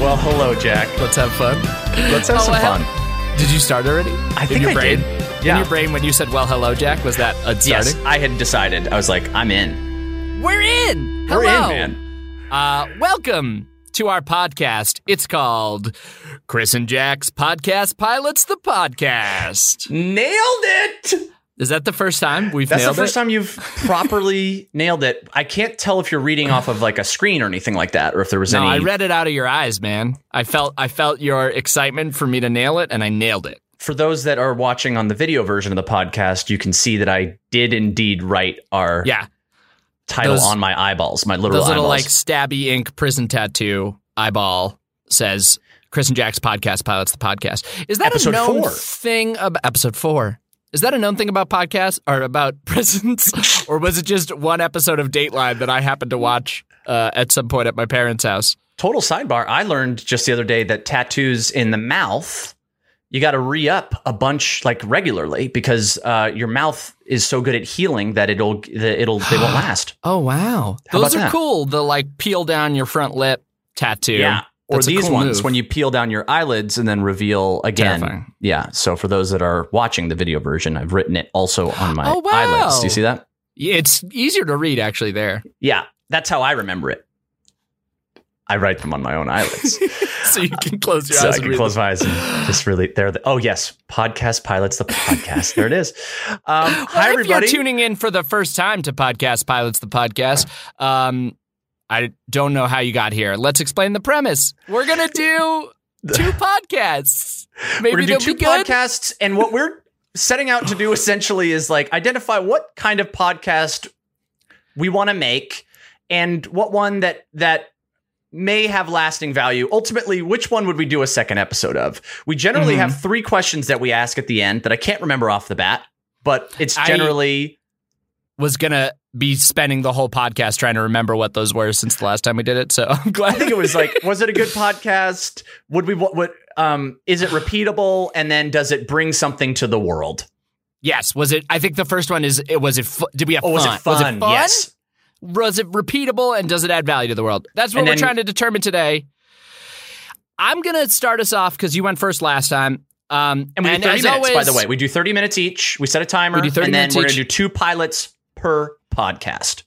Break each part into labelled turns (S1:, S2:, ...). S1: Well, hello, Jack.
S2: Let's have fun.
S1: Let's have
S3: Oh,
S1: some
S3: well.
S1: fun.
S2: Did you start already?
S1: I think
S2: in your
S1: I
S2: brain.
S1: did.
S2: In
S1: Yeah.
S2: your brain, when you said "Well, hello, Jack," was that a
S1: Yes,
S2: starting?
S1: I had decided. I was like, I'm in.
S2: We're in.
S1: We're
S2: Hello.
S1: in, man.
S2: Uh, welcome to our podcast. It's called Chris and Jack's Podcast Pilots the Podcast.
S1: Nailed it.
S2: Is that the first time we've
S1: That's
S2: nailed
S1: the first
S2: it?
S1: time you've properly nailed it. I can't tell if you're reading off of like a screen or anything like that, or if there was
S2: No,
S1: any.
S2: I read it out of your eyes, man. I felt I felt your excitement for me to nail it, and I nailed it.
S1: For those that are watching on the video version of the podcast, you can see that I did indeed write our
S2: Yeah,
S1: title
S2: those-
S1: on my eyeballs, my literal
S2: those little like
S1: eyeballs.
S2: stabby ink prison tattoo eyeball says Chris and Jack's podcast pilots the podcast. Is that
S1: Episode
S2: a known
S1: four.
S2: thing about episode four? Is that a known thing about podcasts or about prisons, or was it just one episode of Dateline that I happened to watch uh, at some point at my parents' house?
S1: Total sidebar. I learned just the other day that tattoos in the mouth, you got to re up a bunch like regularly because uh, your mouth is so good at healing that it'll that it'll they won't last.
S2: Oh wow,
S1: How
S2: those are
S1: about that?
S2: cool. The like peel down your front lip tattoo.
S1: Or
S2: That's a
S1: these
S2: cool
S1: ones
S2: move.
S1: when you peel down your eyelids and then reveal again.
S2: Terrifying.
S1: Yeah. So for those that are watching the video version, I've written it also on my
S2: Oh, wow.
S1: eyelids. Do you see that?
S2: Yeah, it's easier to read actually there.
S1: Yeah. That's how I remember it. I write them on my own eyelids.
S2: So you can close your
S1: so
S2: eyes
S1: I
S2: and
S1: can
S2: read
S1: close my eyes and just really there. The, oh yes, podcast pilots the podcast. there it is. Um,
S2: Well,
S1: hi
S2: if
S1: everybody.
S2: you're tuning in for the first time to Podcast Pilots, the podcast, um, I don't know how you got here. Let's explain the premise. We're gonna do two podcasts. Maybe
S1: we're gonna
S2: they'll
S1: do two
S2: be good.
S1: podcasts, and what we're setting out to do essentially is like identify what kind of podcast we want to make, and what one that that may have lasting value. Ultimately, which one would we do a second episode of? We generally
S2: Mhm.
S1: have three questions that we ask at the end that I can't remember off the bat, but it's
S2: I-
S1: generally
S2: Was gonna be spending the whole podcast trying to remember what those were since the last time we did it. So I'm glad.
S1: I think it was like, was it a good podcast? Would we what? What um, is it repeatable? And then does it bring something to the world?
S2: yes, was it? I think the first one is. It was it. Fu- did we have
S1: Or Oh, was
S2: fun?
S1: it fun? Yes.
S2: was it repeatable and does it add value to the world? That's what
S1: And
S2: we're
S1: then-
S2: trying to determine today. I'm gonna start us off because you went first last time. Um,
S1: And we do thirty
S2: as
S1: minutes. by
S2: always-
S1: the way, we do thirty minutes each. We set a timer,
S2: We do 30
S1: and then
S2: minutes
S1: we're gonna
S2: each.
S1: do two pilots per podcast.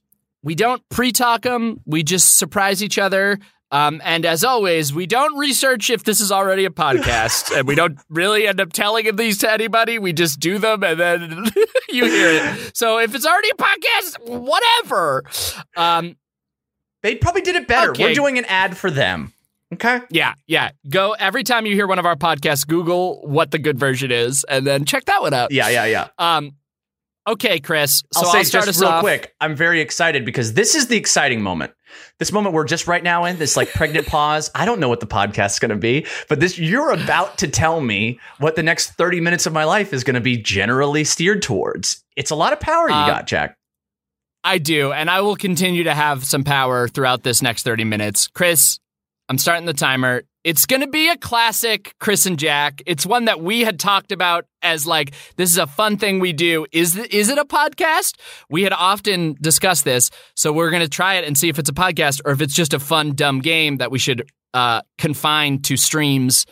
S2: we don't pre-talk them. We just surprise each other. Um, and as always, we don't research if this is already a podcast, and we don't really end up telling these to anybody. We just do them, and then you hear it. So if it's already a podcast, whatever. Um,
S1: They probably did it better.
S2: Okay.
S1: We're doing an ad for them. Okay.
S2: Yeah, yeah. Go every time you hear one of our podcasts, Google what the good version is, and then check that one out.
S1: Yeah, yeah, yeah.
S2: Um. Okay, Chris. So
S1: I'll
S2: I'll,
S1: say
S2: start
S1: just
S2: us
S1: real
S2: off.
S1: quick. I'm very excited because this is the exciting moment. This moment we're just right now in this like pregnant pause. I don't know what the podcast's going to be, but this you're about to tell me what the next 30 minutes of my life is going to be generally steered towards. It's a lot of power you
S2: Um,
S1: got, Jack.
S2: I do, and I will continue to have some power throughout this next thirty minutes. Chris, I'm starting the timer. It's going to be a classic, Chris and Jack. It's one that we had talked about as like this is a fun thing we do. Is th- is it a podcast? We had often discussed this, so we're going to try it and see if it's a podcast or if it's just a fun dumb game that we should uh, confine to streams.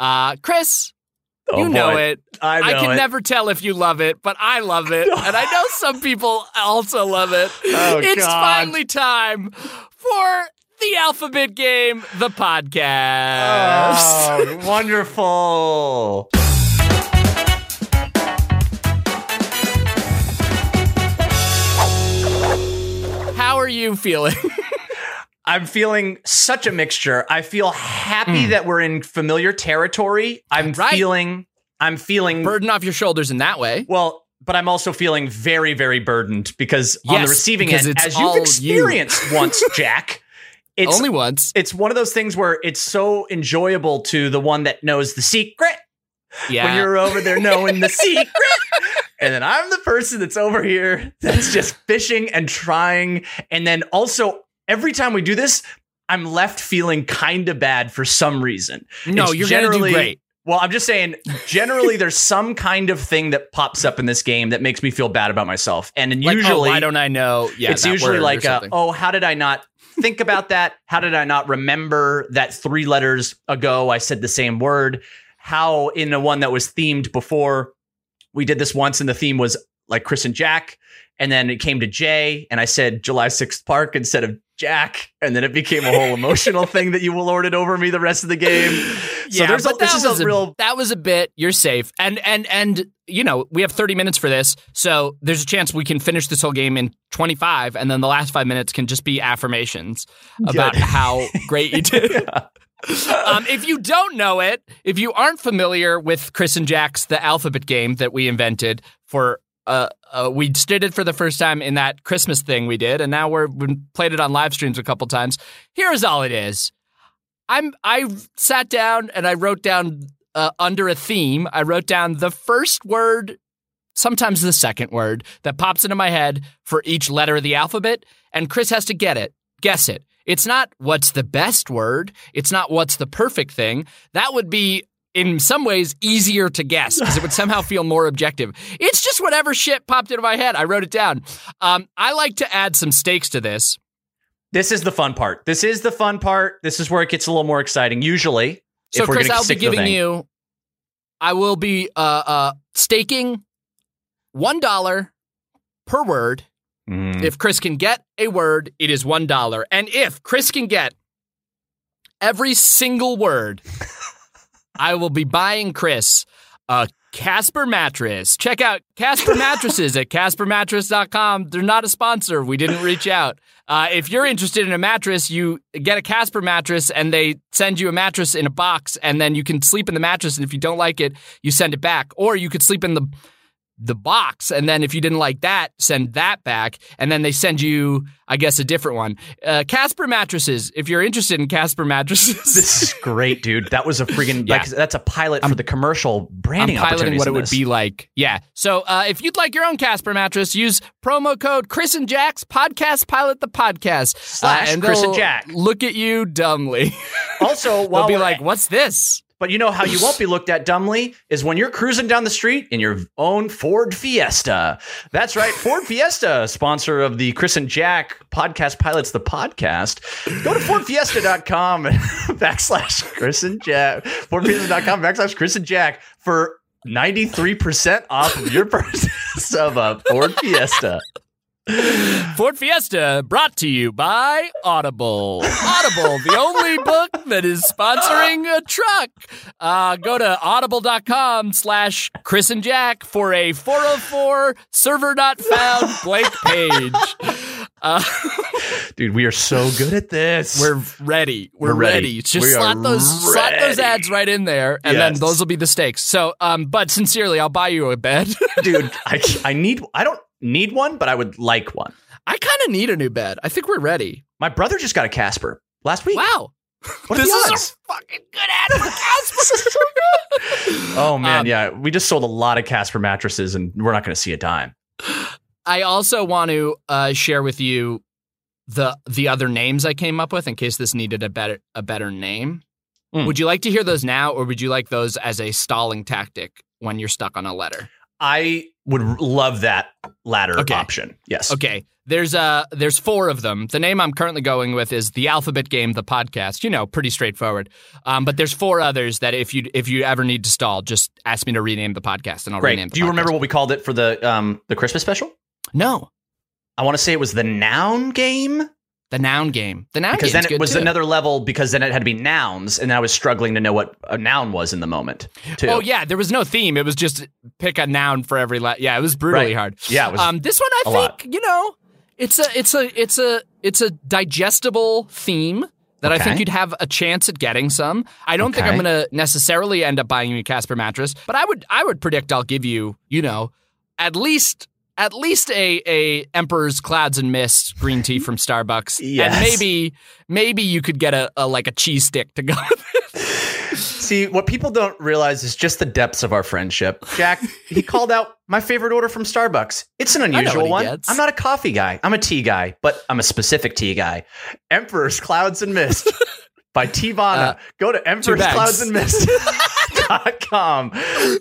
S2: Uh, Chris, you know it.
S1: I know
S2: can
S1: it.
S2: never tell if you love it, but I love it. and I know some people also love it.
S1: Oh,
S2: it's
S1: God.
S2: finally time for the alphabet game, the podcast.
S1: Oh, wonderful.
S2: How are you feeling?
S1: I'm feeling such a mixture. I feel happy that we're in familiar territory. I'm
S2: Right.
S1: feeling I'm feeling
S2: Burden off your shoulders in that way.
S1: Well, but I'm also feeling very, very burdened because on
S2: Yes,
S1: the receiving
S2: because
S1: end,
S2: it's
S1: as
S2: all
S1: you've
S2: you.
S1: experienced once, Jack, it's
S2: Only once.
S1: it's one of those things where it's so enjoyable to the one that knows the secret
S2: Yeah.
S1: when you're over there knowing the secret. And then I'm the person that's over here that's just fishing and trying. And then also, every time we do this, I'm left feeling kind of bad for some reason.
S2: no,
S1: It's
S2: you're going to do
S1: generally-
S2: great.
S1: Well, I'm just saying, generally, there's some kind of thing that pops up in this game that makes me feel bad about myself. And
S2: Like, oh,
S1: usually,
S2: why don't I know? Yeah,
S1: it's
S2: that
S1: usually
S2: word or
S1: like, uh,
S2: something.
S1: oh, how did I not think about that. How did I not remember that three letters ago I said the same word? How in the one that was themed before, we did this once and the theme was like Chris and Jack. And then it came to Jay, and I said July 6th Park instead of Jack. And then it became a whole emotional thing that you lorded over me the rest of the game. So there's a,
S2: but that
S1: this is
S2: was
S1: a real
S2: that was a bit. You're safe, and and and you know we have 30 minutes for this, so there's a chance we can finish this whole game in 25, and then the last five minutes can just be affirmations about how great you did. um, if you don't know it, if you aren't familiar with Chris and Jack's The Alphabet Game that we invented for, uh, uh, we did it for the first time in that Christmas thing we did, and now we're, we played it on live streams a couple times. Here's all it is. I'm I sat down and I wrote down uh, under a theme. I wrote down the first word, sometimes the second word that pops into my head for each letter of the alphabet, and Chris has to get it, guess it. It's not what's the best word. It's not what's the perfect thing. That would be in some ways easier to guess because it would somehow feel more objective. It's just whatever shit popped into my head. I wrote it down. Um, I like to add some stakes to this.
S1: this is the fun part. This is the fun part. This is where it gets a little more exciting. Usually,
S2: So,
S1: if we're
S2: Chris,
S1: gonna
S2: I'll be
S1: stick to the
S2: giving
S1: thing.
S2: you. I will be uh, uh, staking one dollar per word.
S1: Mm.
S2: If Chris can get a word, it is one dollar, and if Chris can get every single word, I will be buying Chris a Casper mattress. Check out Casper mattresses at CasperMattress.com. They're not a sponsor. We didn't reach out. Uh, if you're interested in a mattress, you get a Casper mattress and they send you a mattress in a box, and then you can sleep in the mattress. And if you don't like it, you send it back, or you could sleep in the the box and then if you didn't like that send that back and then they send you i guess a different one uh, casper mattresses if you're interested in casper mattresses
S1: This is great, dude. That was a freaking
S2: Yeah.
S1: like that's a pilot for the commercial branding.
S2: I'm piloting
S1: opportunities
S2: what it
S1: in
S2: would
S1: this.
S2: be like. Yeah. So uh, if you'd like your own Casper mattress, use promo code Chris and Jack's podcast pilot the podcast Uh,
S1: Slash Chris and
S2: they'll
S1: Jack.
S2: Look at you dumbly.
S1: Also,
S2: They'll
S1: while
S2: be
S1: we're-
S2: like, "What's this?"
S1: but you know how you won't be looked at dumbly is when you're cruising down the street in your own Ford Fiesta. That's right, Ford Fiesta, sponsor of the Chris and Jack podcast pilots the podcast. Go to FordFiesta.com backslash Chris and Jack. FordFiesta.com backslash Chris and Jack for 93% off of your purchase of a Ford Fiesta.
S2: Ford Fiesta brought to you by Audible. Audible, the only book that is sponsoring a truck. Uh, go to audible.com slash Chris and Jack for a 404 server not found blank page. Uh,
S1: Dude, we are so good at this.
S2: we're ready. We're,
S1: We're ready.
S2: ready. Just
S1: We are
S2: slot those slot those
S1: ready.
S2: ads right in there, and
S1: Yes.
S2: then those will be the stakes. So, um, but sincerely, I'll buy you a bed.
S1: dude I, I need i don't need one but i would like one
S2: I kind of need a new bed. I think we're ready.
S1: my brother just got a casper last week
S2: Wow.
S1: what are
S2: this
S1: the
S2: is
S1: odds?
S2: a fucking good ad for Casper.
S1: oh man
S2: Um,
S1: yeah we just sold a lot of casper mattresses and we're not going to see a dime
S2: I also want to uh, share with you the the other names I came up with in case this needed a better a better name.
S1: Mm.
S2: Would you like to hear those now, or would you like those as a stalling tactic when you're stuck on a letter?
S1: i would r- love that latter
S2: Okay.
S1: option yes
S2: Okay, there's uh there's four of them. The name I'm currently going with is the Alphabet Game, the podcast. You know, pretty straightforward. Um, but there's four others that if you if you ever need to stall, just ask me to rename the podcast, and I'll rename.
S1: great
S2: The
S1: do you
S2: podcast.
S1: remember what we called it for the um the christmas special
S2: No,
S1: i want to say it was the noun game
S2: the noun game. The noun
S1: because
S2: game's
S1: then it
S2: good
S1: was
S2: too.
S1: another level because then it had to be nouns and i was struggling to know what a noun was in the moment too
S2: Oh yeah, there was no theme. It was just pick a noun for every la- yeah. It was brutally
S1: Right.
S2: hard.
S1: yeah it was
S2: Um, this one I
S1: a
S2: think
S1: lot.
S2: you know, it's a it's a it's a it's a digestible theme that I think
S1: Okay.
S2: you'd have a chance at getting some. I don't think I'm
S1: Okay.
S2: going to necessarily end up buying you a Casper mattress, but I would I would predict I'll give you you know at least. At least a, a Emperor's Clouds and Mist green tea from Starbucks,
S1: Yes.
S2: and maybe maybe you could get a, a like a cheese stick to go. with it.
S1: See, what people don't realize is just the depths of our friendship. Jack, he called out my favorite order from Starbucks. It's an
S2: what
S1: unusual
S2: he
S1: one.
S2: gets.
S1: I'm not a coffee guy. I'm a tea guy, but I'm a specific tea guy. Emperor's Clouds and Mist by Tivana. Go to Emperor's
S2: Uh, bags.
S1: Clouds and Mist. dot com backslash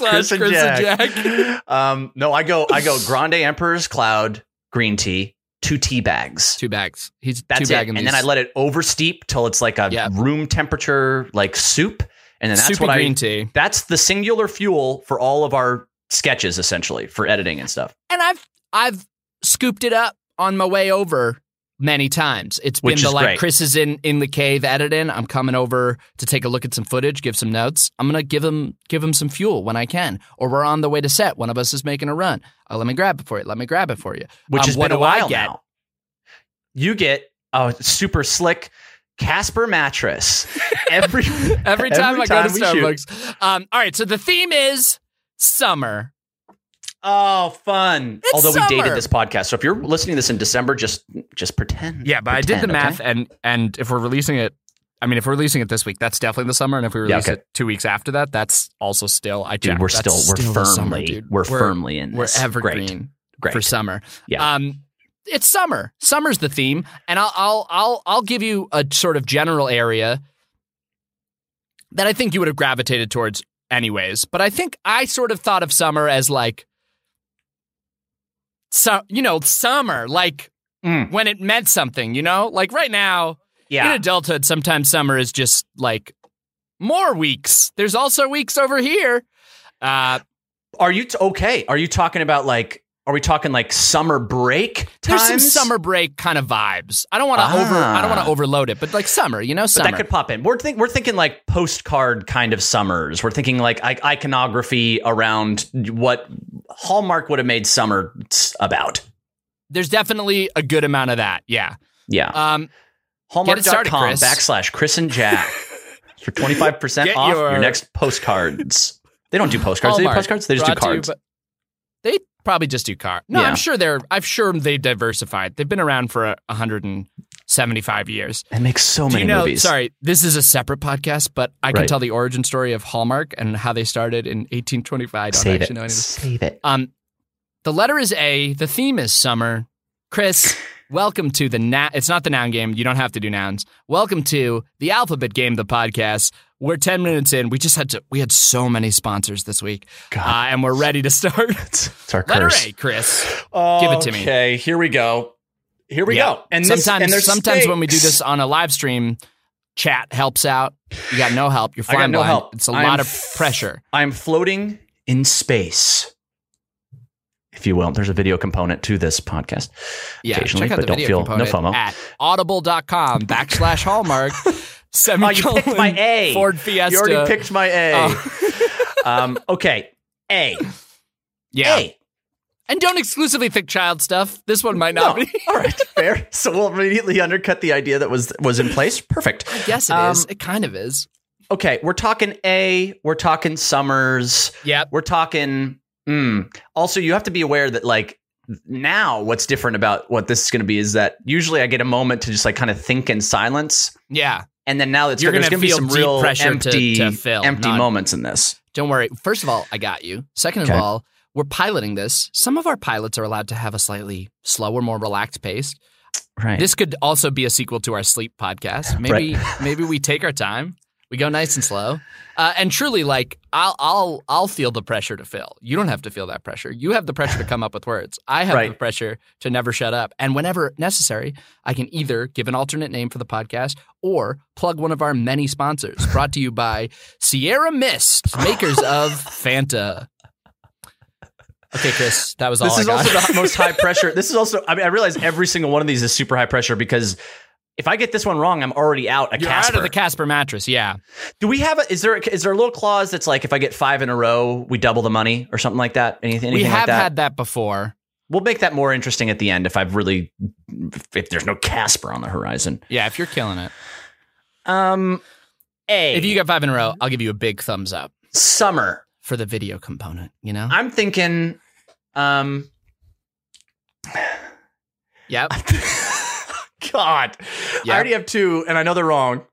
S2: Backslash
S1: Chris and
S2: Chris and
S1: Jack. um, no, I go I go Grande Emperor's Cloud green tea two tea bags.
S2: Two bags. He's
S1: That's
S2: two
S1: it.
S2: bagging
S1: And
S2: these.
S1: then I let it oversteep till it's like a
S2: Yeah.
S1: room temperature like soup. And then that's
S2: Soupy
S1: what I
S2: green tea.
S1: that's the singular fuel for all of our sketches essentially for editing and stuff.
S2: And I've I've scooped it up on my way over many times. It's
S1: Which
S2: been the
S1: is
S2: like
S1: great.
S2: Chris is in in the cave editing. I'm coming over to take a look at some footage, give some notes. I'm gonna give him give him some fuel when I can. Or we're on the way to set. One of us is making a run. Oh, let me grab it for you. Let me grab it for you.
S1: Which
S2: Um,
S1: has
S2: what
S1: been a
S2: do I
S1: while
S2: get?
S1: now. You get a super slick Casper mattress every
S2: Every time I go to
S1: we shoot.
S2: Starbucks. Um, all right, so the theme is summer.
S1: Oh, fun!
S2: It's
S1: Although we
S2: summer.
S1: dated this podcast, so if you're listening to this in December, just just pretend. Pretend, okay?
S2: and and if we're releasing it, I mean, if we're releasing it this week, that's definitely the summer. And if we
S1: Yeah, okay.
S2: it two weeks after that, that's also still. I
S1: dude.
S2: checked,
S1: We're
S2: that's
S1: still we're
S2: the
S1: firmly
S2: summer, dude.
S1: we're, firmly in
S2: we're
S1: this.
S2: evergreen
S1: Great, great.
S2: for summer.
S1: Yeah.
S2: Um, it's summer. Summer's the theme, and I'll I'll I'll I'll give you a sort of general area that I think you would have gravitated towards anyways. But I think I sort of thought of summer as like, so you know, summer like
S1: Mm.
S2: when it meant something. You know, like right now in
S1: yeah,
S2: adulthood, sometimes summer is just like more weeks. There's also weeks over here. Uh,
S1: are you t- okay? Are you talking about like? Are we talking like summer break times?
S2: There's some summer break kind of vibes. I don't want to
S1: Ah.
S2: over. I don't want to overload it, but like summer, you know,
S1: But
S2: summer.
S1: that could pop in. We're think we're thinking like postcard kind of summers. We're thinking like I- iconography around what Hallmark would have made summer s- about.
S2: There's definitely a good amount of that. Yeah.
S1: Yeah,
S2: Um, Get it started,
S1: Hallmark.com
S2: Chris.
S1: backslash Chris and Jack for 25%
S2: Get
S1: off
S2: your-
S1: your next postcards. They don't do postcards. they do
S2: Hallmark
S1: postcards. They just do
S2: brought to you
S1: cards.
S2: by- they probably just do cards. No,
S1: Yeah.
S2: I'm sure they're. I'm sure they diversified. They've been around for uh, 175 years.
S1: It makes so
S2: Do
S1: many
S2: you know?
S1: movies.
S2: Sorry, this is a separate podcast, but I can
S1: Right.
S2: tell the origin story of Hallmark and how they started in 1825. I don't
S1: Save
S2: actually know any of
S1: it.
S2: this.
S1: Save it.
S2: Um, the letter is A. The theme is summer. Chris, welcome to the na- It's not the noun game. You don't have to do nouns. Welcome to the alphabet game, the podcast. We're ten minutes in. We just had to. We had so many sponsors this week,
S1: God,
S2: uh, and we're ready to start.
S1: Ah. it's our
S2: letter
S1: curse.
S2: A, Chris.
S1: Give
S2: it to me.
S1: Okay, here we go. Here we
S2: Yeah.
S1: go. And this-
S2: sometimes,
S1: and there's
S2: sometimes when we do
S1: stakes.
S2: this on a live stream, chat helps out. You got no help. You're
S1: I got
S2: flying
S1: no
S2: blind.
S1: help.
S2: It's a
S1: I
S2: lot
S1: am
S2: of
S1: f-
S2: pressure.
S1: I'm floating in space, if you will. There's a video component to this podcast.
S2: Yeah,
S1: occasionally,
S2: check out
S1: but
S2: the
S1: don't
S2: video
S1: feel- no FOMO.
S2: component at audible.com backslash hallmark.
S1: Oh, you picked my A.
S2: Ford Fiesta.
S1: You already picked my A. um, okay, A.
S2: Oh. Yeah.
S1: A.
S2: And don't exclusively think child stuff. This one might not
S1: No.
S2: be.
S1: All right, fair. So we'll immediately undercut the idea that was was in place. Perfect.
S2: Yes, it is.
S1: Um,
S2: It kind of is.
S1: Okay, we're talking A. We're talking Summers.
S2: Yep.
S1: We're talking. Mm. Also, you have to be aware that like now, what's different about what this is going to be is that usually I get a moment to just like kind of think in silence,
S2: Yeah.
S1: and then now it's
S2: You're
S1: there's going
S2: gonna
S1: to be
S2: feel
S1: some
S2: deep
S1: real
S2: pressure to-
S1: empty,
S2: to fill,
S1: empty
S2: not-
S1: moments in this.
S2: Don't worry. First of all, I got you. Second of
S1: Okay.
S2: all, we're piloting this. Some of our pilots are allowed to have a slightly slower, more relaxed pace.
S1: Right.
S2: This could also be a sequel to our sleep podcast. Maybe maybe we take our time. We go nice and slow. Uh, and truly like I'll I'll I'll feel the pressure to fill. You don't have to feel that pressure. You have the pressure to come up with words. I have the
S1: Right.
S2: pressure to never shut up. And whenever necessary, I can either give an alternate name for the podcast or plug one of our many sponsors brought to you by Sierra Mist, makers of Fanta. Okay, Chris, that was all
S1: This
S2: I
S1: is
S2: got.
S1: also the most high pressure. This is also. I mean, I realize every single one of these is super high pressure because if I get this one wrong, I'm already out. A
S2: You're
S1: Casper.
S2: out of the Casper mattress, yeah.
S1: Do we have a? Is there is there a little clause that's like if I get five in a row, we double the money or something like that? Anything?
S2: we
S1: anything
S2: have
S1: like that?
S2: had that before.
S1: We'll make that more interesting at the end if I've really if there's no Casper on the horizon.
S2: Yeah, if you're killing it.
S1: Um, a
S2: If you get five in a row, I'll give you a big thumbs up
S1: summer.
S2: for the video component, you know?
S1: I'm thinking. Um,
S2: Yep.
S1: God, I
S2: Yeah.
S1: already have two, and I know they're wrong.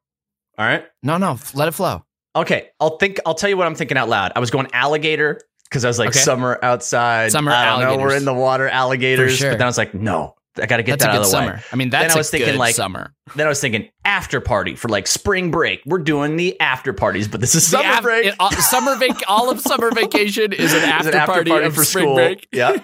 S1: All right.
S2: No, no, f- let it flow.
S1: Okay, I'll think. I'll tell you what I'm thinking out loud. I was going alligator because I was like
S2: Okay.
S1: summer outside.
S2: Summer
S1: I don't know. We're
S2: alligators.
S1: in the water, alligators.
S2: sure.
S1: But then I was like, no, I got to get
S2: that's a
S1: that out
S2: good
S1: of the
S2: summer.
S1: way.
S2: I mean, that's
S1: I
S2: a
S1: was thinking,
S2: good
S1: like,
S2: summer.
S1: Then I was thinking after party for like spring break. We're doing the after parties, but this is
S2: The
S1: summer
S2: af-
S1: break.
S2: it- all, summer vac- all of summer vacation is an
S1: It's
S2: after, party, of spring break.
S1: yeah,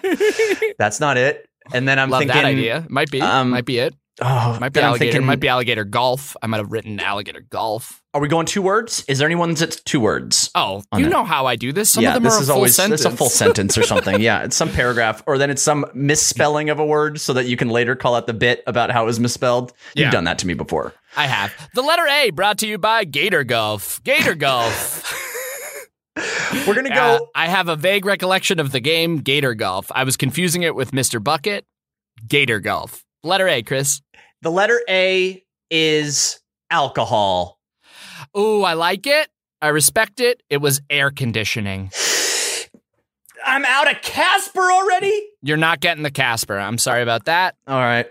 S1: that's not it. And then I'm
S2: Love
S1: thinking,
S2: that idea. Might be.
S1: um,
S2: might be it.
S1: oh,
S2: Might be
S1: then I'm
S2: alligator.
S1: thinking,
S2: might be alligator golf. I might have written alligator golf.
S1: are we going two words? Is there anyone that's two words?
S2: Oh,
S1: On
S2: you
S1: it.
S2: know how I do this. Some
S1: yeah,
S2: of them
S1: this
S2: are
S1: is
S2: a full
S1: always
S2: sentence.
S1: it's a full sentence or something. Yeah, it's some paragraph, or then it's some misspelling of a word, so that you can later call out the bit about how it was misspelled.
S2: Yeah.
S1: You've done that to me before.
S2: I have the letter A brought to you by Gator Golf. Gator Golf.
S1: We're gonna
S2: Uh,
S1: go.
S2: I have a vague recollection of the game Gator Golf. I was confusing it with Mr. Bucket. Gator Golf. Letter A, Chris.
S1: The letter A is alcohol.
S2: Ooh, I like it. I respect it. It was air conditioning.
S1: I'm out of Casper already.
S2: You're not getting the Casper. I'm sorry about that.
S1: All right,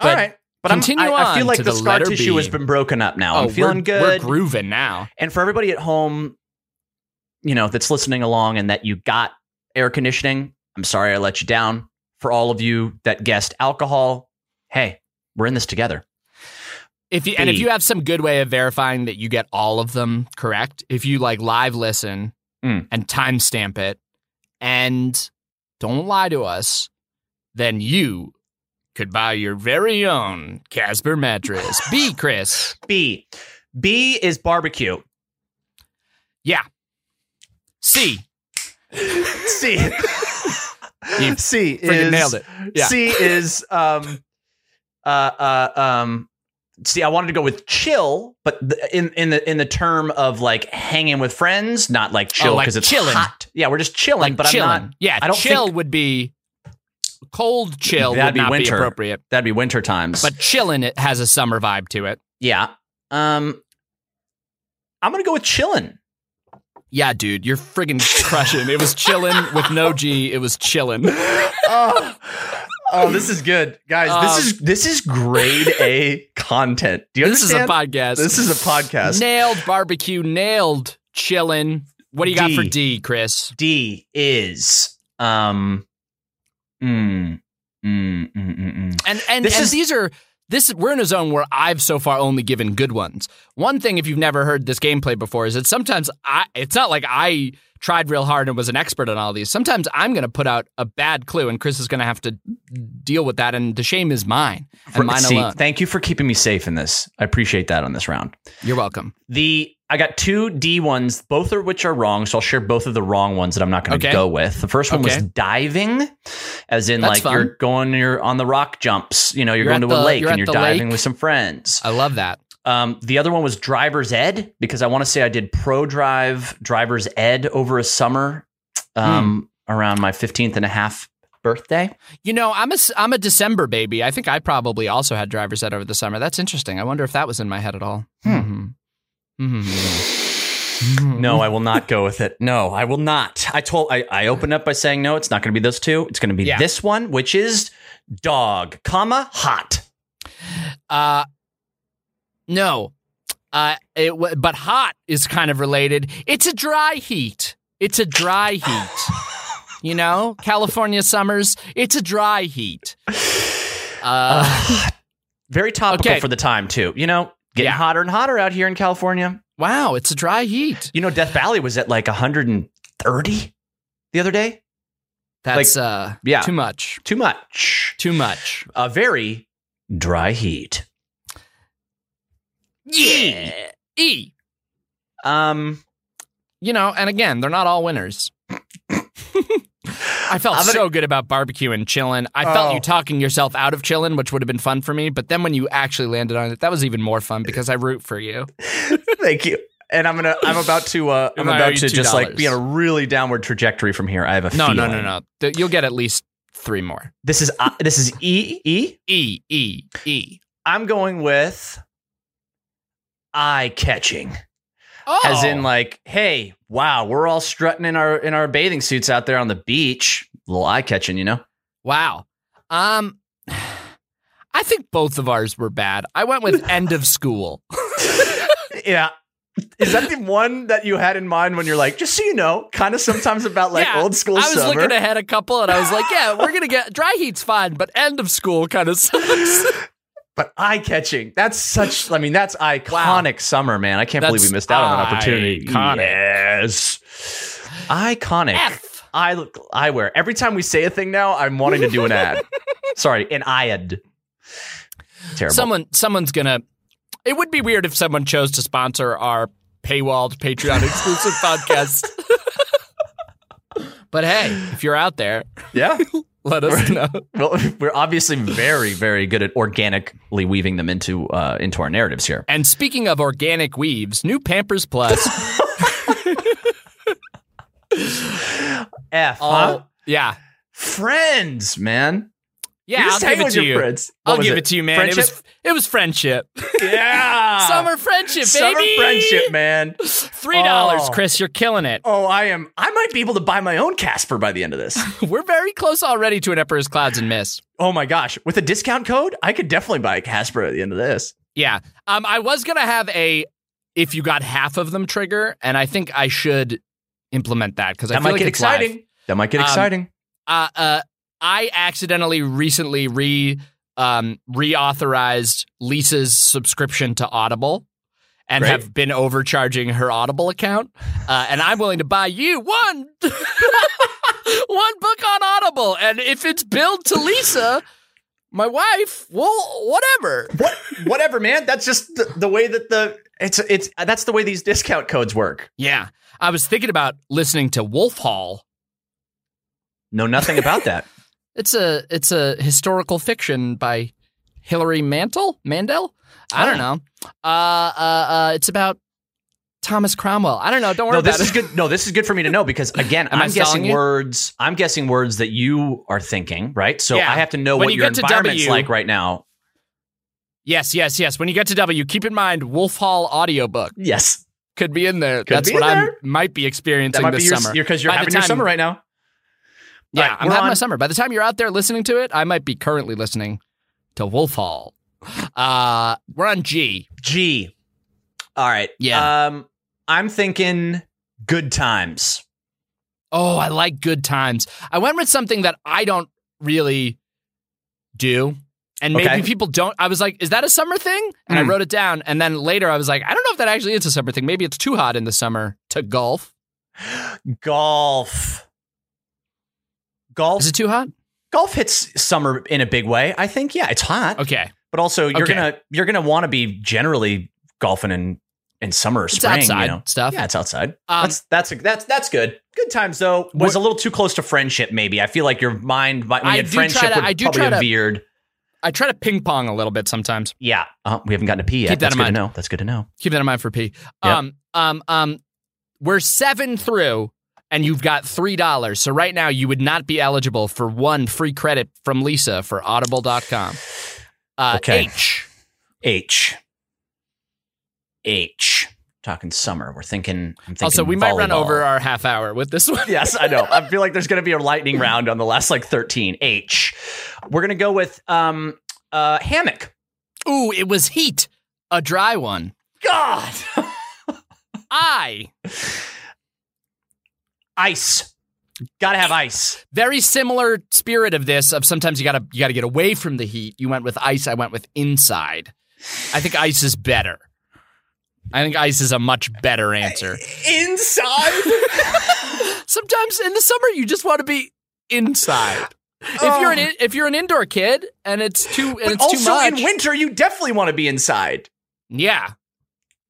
S2: But
S1: all right. But I'm-
S2: continue
S1: I, I feel
S2: on
S1: like
S2: to
S1: the,
S2: the
S1: scar
S2: letter
S1: tissue
S2: B.
S1: has been broken up now. I'm
S2: Oh, we're-
S1: feeling
S2: We're
S1: good.
S2: grooving now.
S1: And for everybody at home, you know, that's listening along and that you got air conditioning, I'm sorry I let you down. For all of you that guessed alcohol, hey, we're in this together.
S2: If you and if
S1: B.
S2: you have some good way of verifying that you get all of them correct, if you like live listen
S1: Mm.
S2: and timestamp it and don't lie to us, then you could buy your very own Casper mattress. B, Chris.
S1: B. B is barbecue.
S2: C.
S1: C.
S2: You
S1: C
S2: freaking
S1: is
S2: nailed it. Yeah.
S1: C is um uh uh um see I wanted to go with chill but the, in in the in the term of like hanging with friends not like chill
S2: Oh, like
S1: because it's
S2: chillin'.
S1: hot. Yeah, we're just chilling
S2: Like
S1: but
S2: chilling.
S1: I'm not
S2: yeah,
S1: I don't
S2: chill
S1: think-
S2: would be cold chill
S1: That'd
S2: would
S1: be
S2: not
S1: winter.
S2: be appropriate.
S1: That'd be winter times.
S2: But chillin' it has a summer vibe to it.
S1: yeah. Um I'm going to go with chillin'.
S2: Yeah, dude, you're friggin' crushing. It was chillin' with no G. It was chillin'.
S1: oh, oh, this is good. Guys,
S2: Um,
S1: this is this is grade A content. Do you
S2: This is a
S1: understand?
S2: podcast.
S1: This is a podcast.
S2: Nailed barbecue, nailed chillin'. What do you got
S1: D.
S2: for D, Chris?
S1: D is um mm, mm, mm, mm, mm.
S2: And and,
S1: This
S2: and
S1: is-
S2: these are this we're in a zone where I've so far only given good ones. One thing if you've never heard this gameplay before is that sometimes I it's not like I tried real hard and was an expert on all these. Sometimes I'm going to put out a bad clue and Chris is going to have to deal with that and the shame is mine and
S1: For-
S2: mine
S1: see,
S2: alone.
S1: Thank you for keeping me safe in this. I appreciate that on this round.
S2: You're welcome.
S1: The I got two D ones, both of which are wrong. So I'll share both of the wrong ones that I'm not going to
S2: Okay.
S1: go with. The first one
S2: Okay.
S1: was diving, as in
S2: That's
S1: like
S2: fun.
S1: you're going, you're on the rock jumps. You know, you're,
S2: You're
S1: going to
S2: at
S1: a
S2: the-
S1: lake
S2: you're
S1: and
S2: at
S1: you're
S2: the
S1: diving
S2: lake.
S1: with some friends.
S2: I love that.
S1: Um, the other one was driver's ed because I want to say I did pro drive driver's ed over a summer um,
S2: Hmm.
S1: around my 15th and a half birthday.
S2: You know, I'm a s- I'm a December baby. I think I probably also had driver's ed over the summer. That's interesting. I wonder if that was in my head at all.
S1: Hmm.
S2: Mhm. Mhm.
S1: No, I will not go with it. No, I will not. I told I, I opened up by saying no, it's not going to be those two. It's going to be
S2: Yeah.
S1: this one, which is dog, comma hot.
S2: Uh, no. Uh, it w- but hot is kind of related. It's a dry heat. It's a dry heat. you know, California summers. It's a dry heat. Uh,
S1: Very topical
S2: Okay.
S1: for the time too. You know, getting
S2: Yeah.
S1: hotter and hotter out here in California.
S2: wow, it's a dry heat.
S1: You know, Death Valley was at like 130 the other day.
S2: That's uh,
S1: yeah.
S2: too much.
S1: Too much.
S2: Too much.
S1: a very dry heat.
S2: Yeah. E.
S1: Um,
S2: you know, and again, they're not all winners. I felt
S1: I'm gonna-
S2: so good about barbecue and chillin'. I felt
S1: Oh.
S2: you talking yourself out of chillin', which would have been fun for me. But then when you actually landed on it, that was even more fun because I root for you.
S1: thank you. And I'm gonna, I'm about to, uh, I'm
S2: I owe
S1: about to
S2: you
S1: just like
S2: $2.
S1: be on a really downward trajectory from here. I have a
S2: No, no,
S1: feeling.
S2: no, no. Th- You'll get at least three more.
S1: This is, uh, this is E E.
S2: E, E, E.
S1: I'm going with eye catching,
S2: Oh,
S1: as in like, hey, wow, we're all strutting in our in our bathing suits out there on the beach. little eye catching, you know.
S2: wow. Um, I think both of ours were bad. I went with end of school.
S1: Yeah. Is that the one that you had in mind when you're like, just so you know, kind of sometimes about like
S2: Yeah,
S1: old school
S2: I was
S1: summer?
S2: looking ahead a couple, and I was like, yeah, we're gonna get dry heat's fine, but end of school kind of sucks.
S1: but eye catching. That's such. I mean, that's iconic summer, man. I can't believe we
S2: That's
S1: missed out on an opportunity.
S2: iconic.
S1: Yes, iconic.
S2: F.
S1: I look. I wear every time we say a thing now. I'm wanting to do an ad. Sorry, an IAD. Terrible.
S2: Someone, someone's gonna. It would be weird if someone chose to sponsor our paywalled Patreon exclusive podcast. but hey, if you're out there,
S1: yeah.
S2: let us know.
S1: Well, we're obviously very, very good at organically weaving them into uh, into our narratives here.
S2: And speaking of organic weaves, new Pampers Plus.
S1: F, huh?
S2: all- yeah,
S1: Friends, man.
S2: yeah.
S1: you
S2: I'll
S1: just hang
S2: give it
S1: with
S2: to
S1: your
S2: you.
S1: friends. What
S2: I'll
S1: was
S2: give it? to you, man. It was
S1: Friendship?
S2: it was friendship.
S1: yeah.
S2: Summer friendship, baby.
S1: Summer friendship, man.
S2: Three dollars,
S1: Oh.
S2: Chris. You're killing it.
S1: Oh, I am. I might be able to buy my own Casper by the end of this.
S2: We're very close already to an Emperor's Clouds and Mist.
S1: oh my gosh, with a discount code, I could definitely buy a Casper at the end of this.
S2: Yeah. Um, I was gonna have a if you got half of them trigger, and I think I should implement that because I
S1: That might
S2: feel like
S1: get
S2: it's live.
S1: exciting. That might get
S2: Um,
S1: exciting.
S2: Uh, uh, I accidentally recently re um reauthorized Lisa's subscription to Audible. And
S1: Right.
S2: have been overcharging her Audible account, uh, and I'm willing to buy you one one book on Audible, and if it's billed to Lisa, my wife, well, whatever.
S1: What? Whatever, man. That's just the, the way that the it's it's that's the way these discount codes work.
S2: Yeah. I was thinking about listening to Wolf Hall.
S1: Know nothing about that.
S2: It's a it's a historical fiction by Hilary Mantel Mandel. I don't
S1: Oh.
S2: know. Uh, uh, uh, it's about Thomas Cromwell. I don't know. Don't worry
S1: no,
S2: about
S1: this
S2: it.
S1: is good. No, this is good for me to know because again,
S2: Am I
S1: I'm guessing
S2: stalling you?
S1: words. I'm guessing words that you are thinking, right? So
S2: Yeah.
S1: I have to know
S2: When
S1: what
S2: you
S1: your
S2: get to
S1: environment's
S2: W-
S1: like right now.
S2: Yes, yes, yes. When you get to W, keep in mind Wolf Hall audiobook
S1: Yes,
S2: could be in there.
S1: Could
S2: That's
S1: be
S2: what
S1: in
S2: I
S1: there.
S2: might be
S1: that
S2: experiencing
S1: might be
S2: this
S1: your
S2: summer.
S1: because you're
S2: By the
S1: having your
S2: time-
S1: summer right now.
S2: yeah,
S1: Alright,
S2: I'm
S1: we're
S2: having my
S1: on-
S2: summer. By the time you're out there listening to it, I might be currently listening to Wolf Hall. Uh, we're on G.
S1: G. All right.
S2: Yeah.
S1: Um, I'm thinking good times.
S2: Oh, I like good times. I went with something that I don't really do. And maybe
S1: Okay.
S2: people don't. I was like, is that a summer thing? And
S1: Mm.
S2: I wrote it down. And then later I was like, I don't know if that actually is a summer thing. Maybe it's too hot in the summer to golf.
S1: Golf. Golf.
S2: Is it too hot?
S1: golf hits summer in a big way. I think. Yeah, it's hot,
S2: Okay.
S1: but also you're
S2: Okay.
S1: gonna you're gonna want to be generally golfing in in summer, or
S2: It's
S1: spring.
S2: outside
S1: You know.
S2: stuff.
S1: Yeah, it's outside.
S2: Um,
S1: that's that's that's that's good. Good times though. Was a little too close to friendship. Maybe I feel like your mind might- when
S2: I
S1: you had
S2: do try
S1: friendship
S2: to-
S1: would
S2: I do
S1: probably
S2: try
S1: have
S2: to-
S1: veered.
S2: I try to ping pong a little bit sometimes.
S1: Yeah, uh, we haven't gotten a P yet.
S2: Keep that
S1: that's
S2: in
S1: good
S2: mind.
S1: to know. That's good to know.
S2: Keep that in mind for P.
S1: Yep.
S2: Um, um, um, we're seven through and you've got $3. So right now you would not be eligible for one free credit from Lisa for audible.com. Uh,
S1: Okay.
S2: H.
S1: H. H. Talking summer. We're thinking. I'm thinking.
S2: Also, Oh, we might run
S1: volleyball.
S2: over our half hour with this one.
S1: yes, I know. I feel like there's going to be a lightning round on the last like 13. H. We're going to go with um uh hammock.
S2: Ooh, it was heat, a dry one.
S1: God.
S2: I
S1: ice. Got to have ice.
S2: very similar spirit of this. Of sometimes you gotta you gotta get away from the heat. You went with ice. I went with inside. I think ice is better. I think ice is a much better answer.
S1: Inside.
S2: Sometimes in the summer you just want to be inside. If you're an in- if you're an indoor kid and it's too and it's too
S1: Oh. also
S2: much.
S1: in winter, you definitely want to be inside.
S2: Yeah.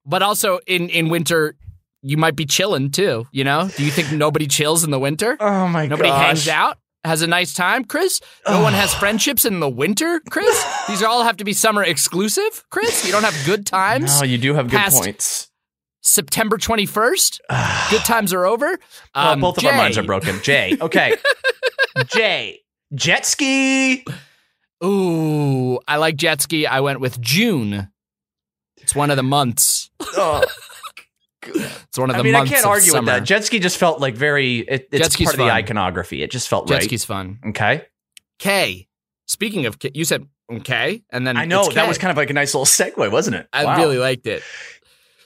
S2: But also in in winter you might be chilling too, you know? Do you think nobody chills in the winter?
S1: Oh my god.
S2: Nobody hangs out? Has a nice time, Chris? No one has friendships in the winter, Chris? These all have to be summer exclusive, Chris? You don't have good times?
S1: No, you do have good
S2: Past-
S1: points.
S2: September 21st? Good times are over?
S1: Well,
S2: Um,
S1: both of our
S2: Jay,
S1: minds are broken. J. Okay. J. Jet ski.
S2: Ooh, I like jet ski. I went with June. It's one of the months.
S1: Ugh.
S2: It's one of the
S1: I mean, I
S2: months
S1: can't
S2: of
S1: argue with
S2: summer.
S1: that. Jet ski just felt like very. It,
S2: Jet
S1: it's
S2: ski's
S1: part of the
S2: fun.
S1: iconography. It just felt
S2: Jet
S1: right.
S2: ski's fun.
S1: Okay.
S2: K. Speaking of K, you said okay, and then
S1: I know
S2: it's
S1: that
S2: K.
S1: was kind of like a nice little segue, wasn't it?
S2: I
S1: Wow.
S2: really liked it.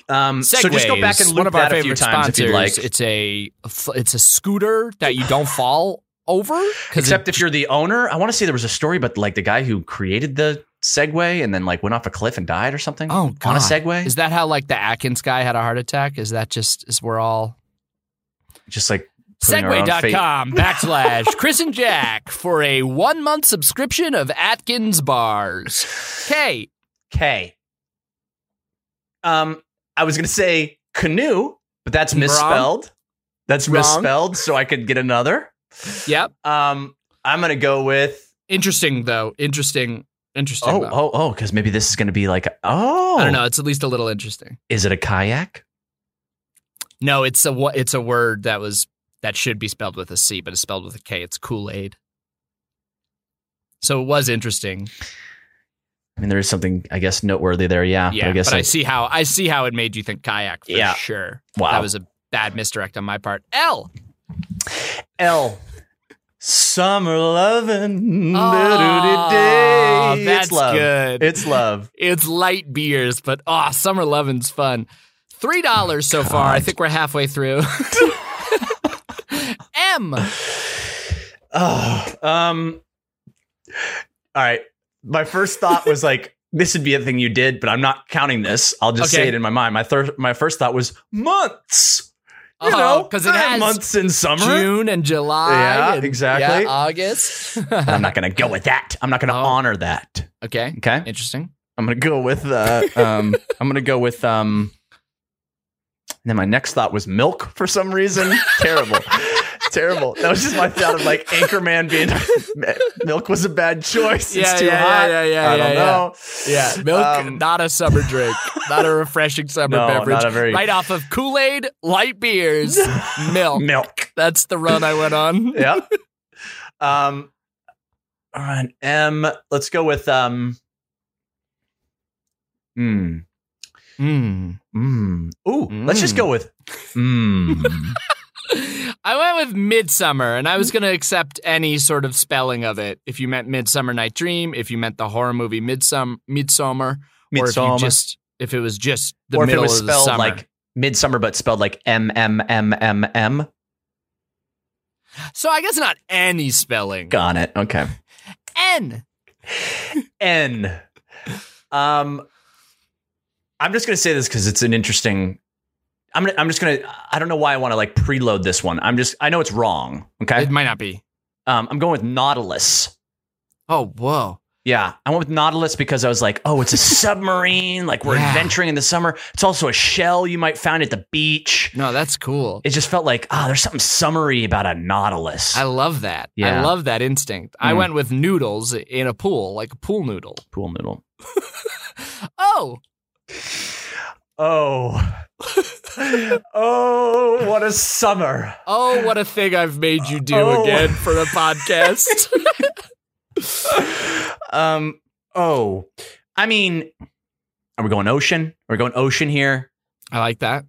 S1: Um, so just go back and
S2: Segways,
S1: look
S2: one of our
S1: that a few
S2: favorite
S1: times
S2: sponsors.
S1: if you'd like.
S2: It's a f- it's a scooter that you don't fall over. 'cause
S1: Except
S2: it-
S1: if you're the owner, I want to say there was a story about like the guy who created the Segway and then like went off a cliff and died or something.
S2: oh
S1: on
S2: god,
S1: a Segway,
S2: is that how like the Atkins guy had a heart attack? Is that just is we're all
S1: just like putting our own fate-
S2: Segway.com backslash Chris and Jack for a one month subscription of Atkins bars. Okay.
S1: K. Um, I was gonna say canoe, but that's misspelled. That's
S2: Wrong.
S1: misspelled, so I could get another.
S2: Yep.
S1: Um, I'm gonna go with
S2: Interesting, though. Interesting. Interesting.
S1: oh
S2: though.
S1: oh oh, because maybe this is gonna be like oh
S2: I don't know. It's at least a little interesting.
S1: Is it a kayak?
S2: No, it's a wo- it's a word that was that should be spelled with a C, but it's spelled with a K. It's Kool Aid. So it was interesting.
S1: Ah, I mean, there is something I guess noteworthy there. Yeah,
S2: yeah,
S1: but I guess
S2: but I
S1: I-
S2: see how I see how it made you think kayak for
S1: Yeah.
S2: sure.
S1: Wow.
S2: that was a bad misdirect on my part. L.
S1: L. Summer loving,
S2: Aw,
S1: day.
S2: Oh, that's
S1: it's love.
S2: good.
S1: It's love.
S2: It's light beers, but oh, summer lovin's fun. Three dollars so far. I think we're halfway through. M.
S1: Oh, um. All right. My first thought was like, this would be a thing you did, but I'm not counting this. I'll just
S2: Okay.
S1: say it in my mind. My third, my first thought was months. You
S2: Oh,
S1: know,
S2: 'cause it
S1: I have
S2: has
S1: months in summer.
S2: June and July.
S1: Yeah,
S2: and-
S1: exactly.
S2: yeah, August.
S1: I'm not gonna go with that. I'm not gonna
S2: Oh.
S1: honor that.
S2: okay.
S1: Okay.
S2: Interesting.
S1: I'm gonna go with uh, um, I'm gonna go with um. And then my next thought was milk for some reason. Terrible, terrible. That was just my thought of like Anchorman being milk was a bad choice.
S2: Yeah,
S1: it's too
S2: yeah,
S1: hot.
S2: yeah, yeah,
S1: I
S2: yeah,
S1: don't
S2: yeah.
S1: know.
S2: Yeah, milk,
S1: Um,
S2: not a summer drink, not a refreshing summer
S1: No,
S2: beverage.
S1: not a very-
S2: Right off of Kool Aid, light beers, milk.
S1: milk.
S2: That's the run I went on.
S1: Yeah. um. All right, M. Let's go with um. Hmm.
S2: Mm.
S1: Mm. Ooh, let's just
S2: Mm.
S1: go with. Mm.
S2: I went with Midsummer, and I was going to accept any sort of spelling of it. If you meant Midsummer Night Dream, if you meant the horror movie Midsum- Midsummer, or
S1: Midsommar.
S2: if you just if it was just the
S1: or if it
S2: middle
S1: was
S2: of the
S1: spelled
S2: summer.
S1: like midsummer, but spelled like M M M M M.
S2: so I guess not any spelling.
S1: Got it. Okay.
S2: N.
S1: N. Um, I'm just gonna say this because it's an interesting. I'm gonna, I'm just gonna. I don't know why I want to like preload this one. I'm just. I know it's wrong. Okay.
S2: It might not be.
S1: Um, I'm going with Nautilus.
S2: Oh, whoa.
S1: Yeah, I went with Nautilus because I was like, oh, it's a submarine. Like we're
S2: Yeah.
S1: adventuring in the summer. It's also a shell you might find at the beach.
S2: No, that's cool.
S1: It just felt like ah, there's something summery about a Nautilus.
S2: I love that. I
S1: Yeah.
S2: love that instinct. I
S1: Mm.
S2: went with noodles in a pool, like a pool noodle.
S1: Pool noodle.
S2: Oh,
S1: Oh. oh, what a summer.
S2: oh, what a thing I've made you do
S1: Oh.
S2: again for the podcast.
S1: Um, oh. I mean, are we going ocean? Are we going ocean here?
S2: I like that.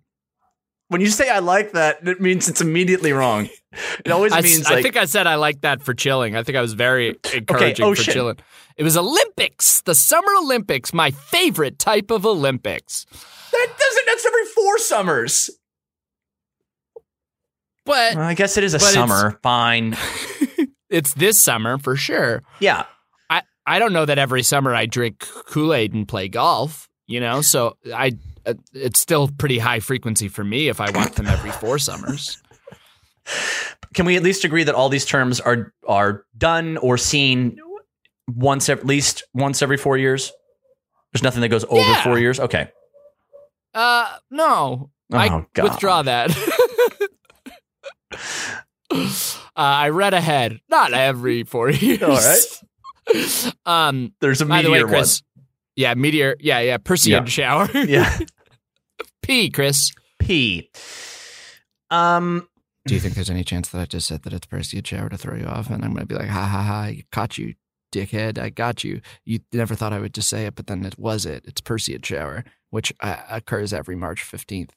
S1: When you say I like that, it means it's immediately wrong. It always
S2: I, s-
S1: means
S2: I
S1: like oh,
S2: think I said I like that for chilling. I think I was very encouraging for
S1: ocean.
S2: chilling. It was Olympics, the Summer Olympics, my favorite type of Olympics.
S1: that doesn't that's every four summers.
S2: But
S1: Well, I guess it is a
S2: But it's-
S1: summer. Fine.
S2: it's this summer for sure.
S1: Yeah.
S2: I, I don't know that every summer I drink Kool Aid and play golf, you know, so I uh, it's still pretty high frequency for me if I want them every four summers.
S1: Can we at least agree that all these terms are are done or seen once ev- at least once every four years? There's nothing that goes over
S2: Yeah.
S1: four years. Okay.
S2: Uh, no,
S1: Oh,
S2: I
S1: God.
S2: withdraw that. uh, I read ahead, not every four years.
S1: All right.
S2: Um,
S1: There's a
S2: by
S1: meteor
S2: the way,
S1: one.
S2: Chris. Yeah, meteor. Yeah, yeah. Perseid
S1: Yeah.
S2: shower.
S1: Yeah.
S2: P, Chris.
S1: P. Um,
S2: Do you think there's any chance that I just said that it's Perseid shower to throw you off? And I'm going to be like, ha ha ha, I caught you, dickhead. I got you. You never thought I would just say it, but then it was it. It's Perseid shower, which uh, occurs every March 15th.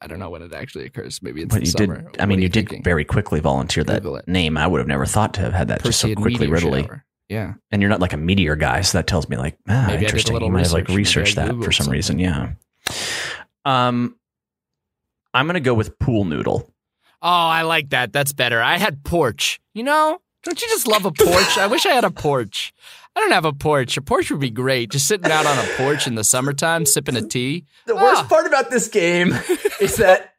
S2: I don't know when it actually occurs. Maybe it's
S1: but
S2: the
S1: you
S2: summer.
S1: did. I
S2: What
S1: mean,
S2: are
S1: you, did
S2: thinking?
S1: very quickly volunteer that
S2: Google it.
S1: name. I would have never thought to have had that just
S2: Perseid
S1: so quickly,
S2: meteor
S1: readily.
S2: shower. Yeah.
S1: And you're not like a meteor guy, so that tells me like, ah,
S2: Maybe I did a
S1: interesting.
S2: little
S1: You might have like
S2: research.
S1: researched
S2: Maybe I
S1: that for
S2: Googled
S1: some reason.
S2: something.
S1: Yeah. Um, I'm gonna go with pool noodle.
S2: Oh, I like that. That's better. I had porch. You know, don't you just love a porch? I wish I had a porch. I don't have a porch. A porch would be great. Just sitting out on a porch in the summertime, sipping a tea.
S1: The
S2: worst
S1: part about this game is that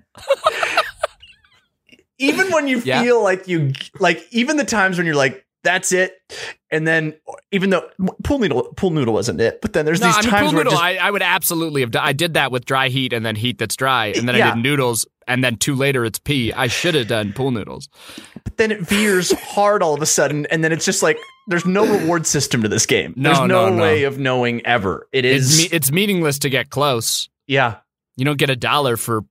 S1: even when you
S2: Yeah.
S1: feel like you like even the times when you're like that's it and then even though pool noodle pool noodle isn't it but then there's
S2: No,
S1: these
S2: I mean,
S1: times
S2: pool
S1: where it
S2: noodle,
S1: just
S2: I, I would absolutely have done. I did that with dry heat and then heat that's dry. And then I
S1: Yeah.
S2: did noodles and then two later it's pee. I should have done pool noodles.
S1: but then it veers hard all of a sudden and then it's just like there's no reward system to this game
S2: No,
S1: there's no,
S2: no, no.
S1: way of knowing ever it
S2: It's,
S1: is
S2: me- it's meaningless to get close.
S1: yeah
S2: You don't get a dollar for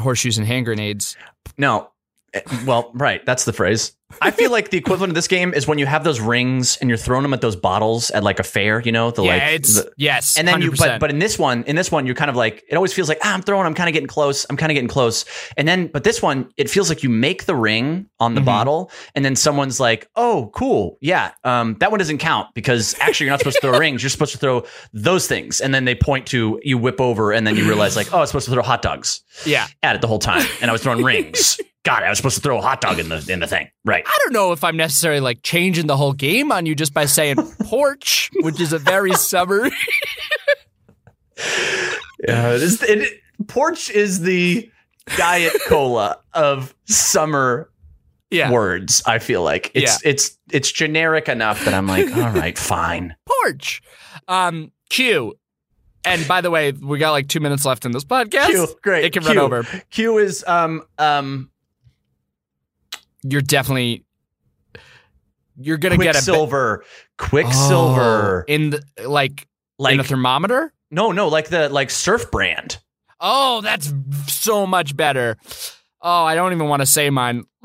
S2: horseshoes and hand grenades.
S1: no Eh, well right that's the phrase i feel like the equivalent of this game is when you have those rings and you're throwing them at those bottles at like a fair you know the
S2: yeah,
S1: like
S2: it's
S1: the-
S2: yes.
S1: and then you
S2: 100%.
S1: but but in this one in this one you're kind of like it always feels like ah, i'm throwing i'm kind of getting close i'm kind of getting close and then but this one it feels like you make the ring on the
S2: Mhm.
S1: bottle and then someone's like oh cool yeah um, that one doesn't count because actually you're not supposed to throw rings you're supposed to throw those things and then they point to you whip over and then you realize like oh i was supposed to throw hot dogs
S2: yeah.
S1: at it the whole time and i was throwing rings god i was supposed to throw a hot dog in the in the thing right
S2: I don't know if I'm necessarily like changing the whole game on you just by saying porch, which is a very suburb.
S1: Yeah, it is, it, porch is the diet cola of summer
S2: yeah.
S1: words. I feel like it's it's it's generic enough that I'm like, all right, fine.
S2: porch. Um, Q. And by the way, we got like two minutes left in this podcast.
S1: Q, great.
S2: It can
S1: Q.
S2: run over.
S1: Q is um um
S2: You're definitely you're gonna get a bit-
S1: quicksilver, quicksilver.
S2: Oh, in the like, in
S1: like
S2: a thermometer.
S1: no, no, like the like surf brand.
S2: Oh, that's so much better. Oh, I don't even want to say mine.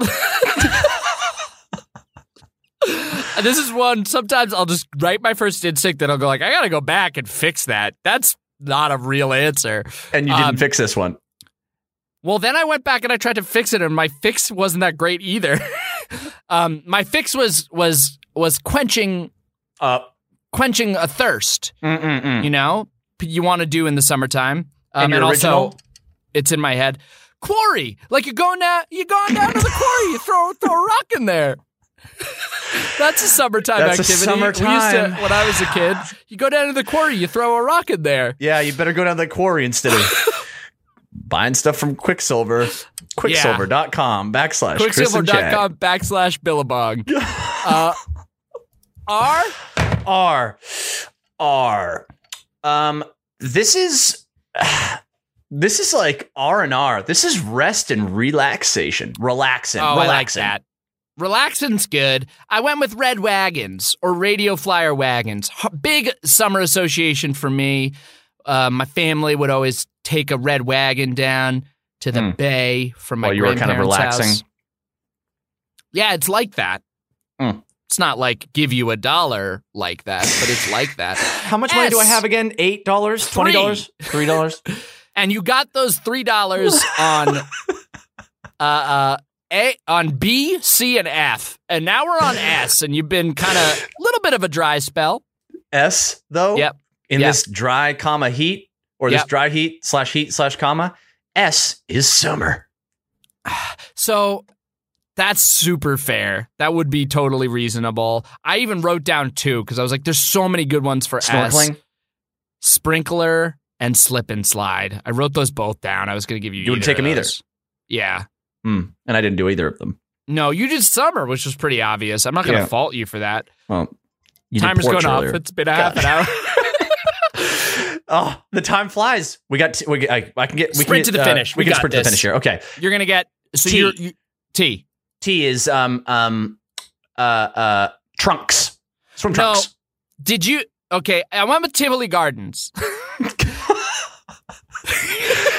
S2: this is one. Sometimes I'll just write my first instinct, then I'll go like, I gotta go back and fix that. That's not a real answer.
S1: And you didn't
S2: Um,
S1: fix this one.
S2: Well, then I went back and I tried to fix it, and my fix wasn't that great either. um, my fix was was was quenching
S1: Uh,
S2: quenching a thirst.
S1: mm-mm-mm.
S2: You know, P- you want to do in the summertime. Um,
S1: mm. And your
S2: also,
S1: original?
S2: it's in my head. Quarry, like you're going down, you're going down to the quarry. You throw throw a rock in there. That's a summertime
S1: That's a
S2: activity. We used to,
S1: summertime.
S2: when I was a kid, you go down to the quarry, you throw a rock in there.
S1: yeah, you better go down to the quarry instead of buying stuff from Quicksilver. Quicksilver.com backslash Chris and Chad.
S2: Quicksilver.com backslash Billabong. uh, R?
S1: R R. Um, this is this is like R and R. This is rest and relaxation. Relaxing.
S2: Oh, I like
S1: relaxing.
S2: that. Relaxing's good. I went with Red Wagons or Radio Flyer Wagons. H- Big summer association for me. Uh, my family would always take a red wagon down to the
S1: Hmm.
S2: bay from my
S1: While you were kind of
S2: grandparents'
S1: relaxing.
S2: house. Yeah, it's like that.
S1: Hmm.
S2: It's not like give you a dollar like that, but it's like that.
S1: How much
S2: money do I have
S1: again? Eight dollars?
S2: Three. $20?
S1: Three dollars?
S2: and you got those three dollars on uh, uh, a on B, C, and F, and now we're on S, and you've been kind of a little bit of a dry spell.
S1: S though?
S2: Yep.
S1: In
S2: Yep.
S1: this dry comma heat or this
S2: Yep.
S1: dry heat slash heat slash comma. S is summer.
S2: So that's super fair. That would be totally reasonable. I even wrote down two because I was like, "There's so many good ones for S.
S1: Snorkeling.
S2: sprinkler and slip and slide." I wrote those both down. I was going to give you.
S1: You wouldn't take
S2: of
S1: 'em either.
S2: those. Yeah.
S1: Hmm. And I didn't do either of them.
S2: No, you did summer, which was pretty obvious. I'm not going to
S1: Yeah.
S2: fault you for that.
S1: Well, you did
S2: Timer's
S1: porch
S2: going
S1: earlier.
S2: off. It's been a half an hour.
S1: oh, the time flies. We got. T- we, get- I, I can get. We
S2: Sprint
S1: can get, uh,
S2: to the finish.
S1: We,
S2: We
S1: can
S2: got
S1: sprint to the
S2: this.
S1: finish here. Okay.
S2: You're gonna get so
S1: Tea.
S2: you're you, tea.
S1: T is um um uh uh trunks. Swim
S2: No.
S1: trunks.
S2: Did you? Okay, I went with Tivoli Gardens.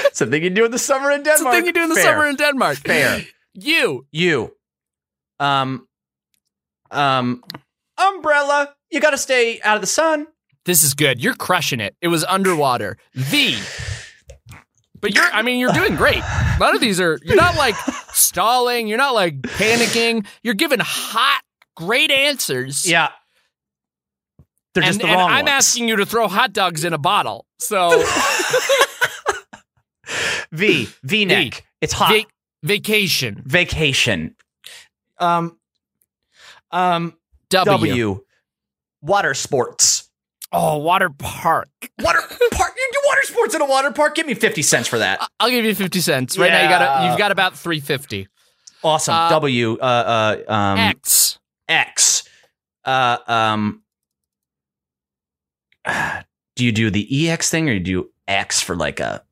S1: It's the thing you do in the summer in Denmark.
S2: That's the thing you do in the
S1: Fair.
S2: summer in Denmark.
S1: Fair.
S2: You
S1: You. Um. Um. Umbrella. You got to stay out of the sun.
S2: This is good. You're crushing it. It was underwater. The. But you're, I mean, you're doing great. None of these are, you're not like stalling. You're not like panicking. You're giving hot, great answers.
S1: Yeah. They're
S2: And,
S1: just the
S2: and
S1: wrong
S2: I'm
S1: ones.
S2: asking you to throw hot dogs in a bottle. So,
S1: V. V neck. It's hot.
S2: vac- vacation.
S1: Vacation. Um. Um.
S2: W.
S1: W. Water sports.
S2: Oh, water park.
S1: Water park. You do water sports in a water park. Give me fifty cents for that.
S2: I'll give you fifty cents. Right now, you got
S1: Yeah.
S2: you've got about three fifty.
S1: Awesome.
S2: Uh,
S1: w. Uh. Uh. Um.
S2: X.
S1: X. Uh. Um. Do you do the ex thing or you do X for like a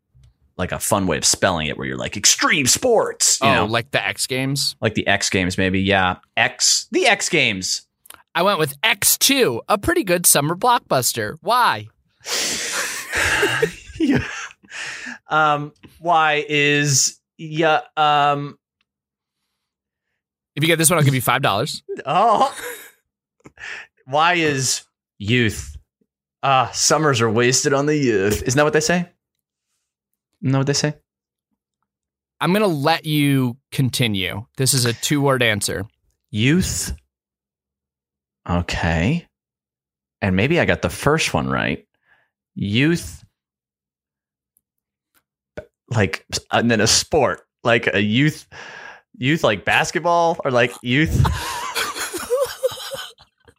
S1: like a fun way of spelling it, where you're like extreme sports? You
S2: oh,
S1: know, like,
S2: like the X Games.
S1: the X Games, maybe. Yeah. X. The X Games.
S2: I went with X two, a pretty good summer blockbuster. Why?
S1: yeah. Um. Why is yeah. Um.
S2: If you get this one, I'll give you five dollars.
S1: Oh. Why is youth? Ah, summers are wasted on the youth. Isn't that what they say? Isn't that what they say?
S2: I'm gonna let you continue. This is a two word answer.
S1: Youth. Okay. And maybe I got the first one right. Youth. Like, and then a sport, like a youth, youth like basketball or like youth.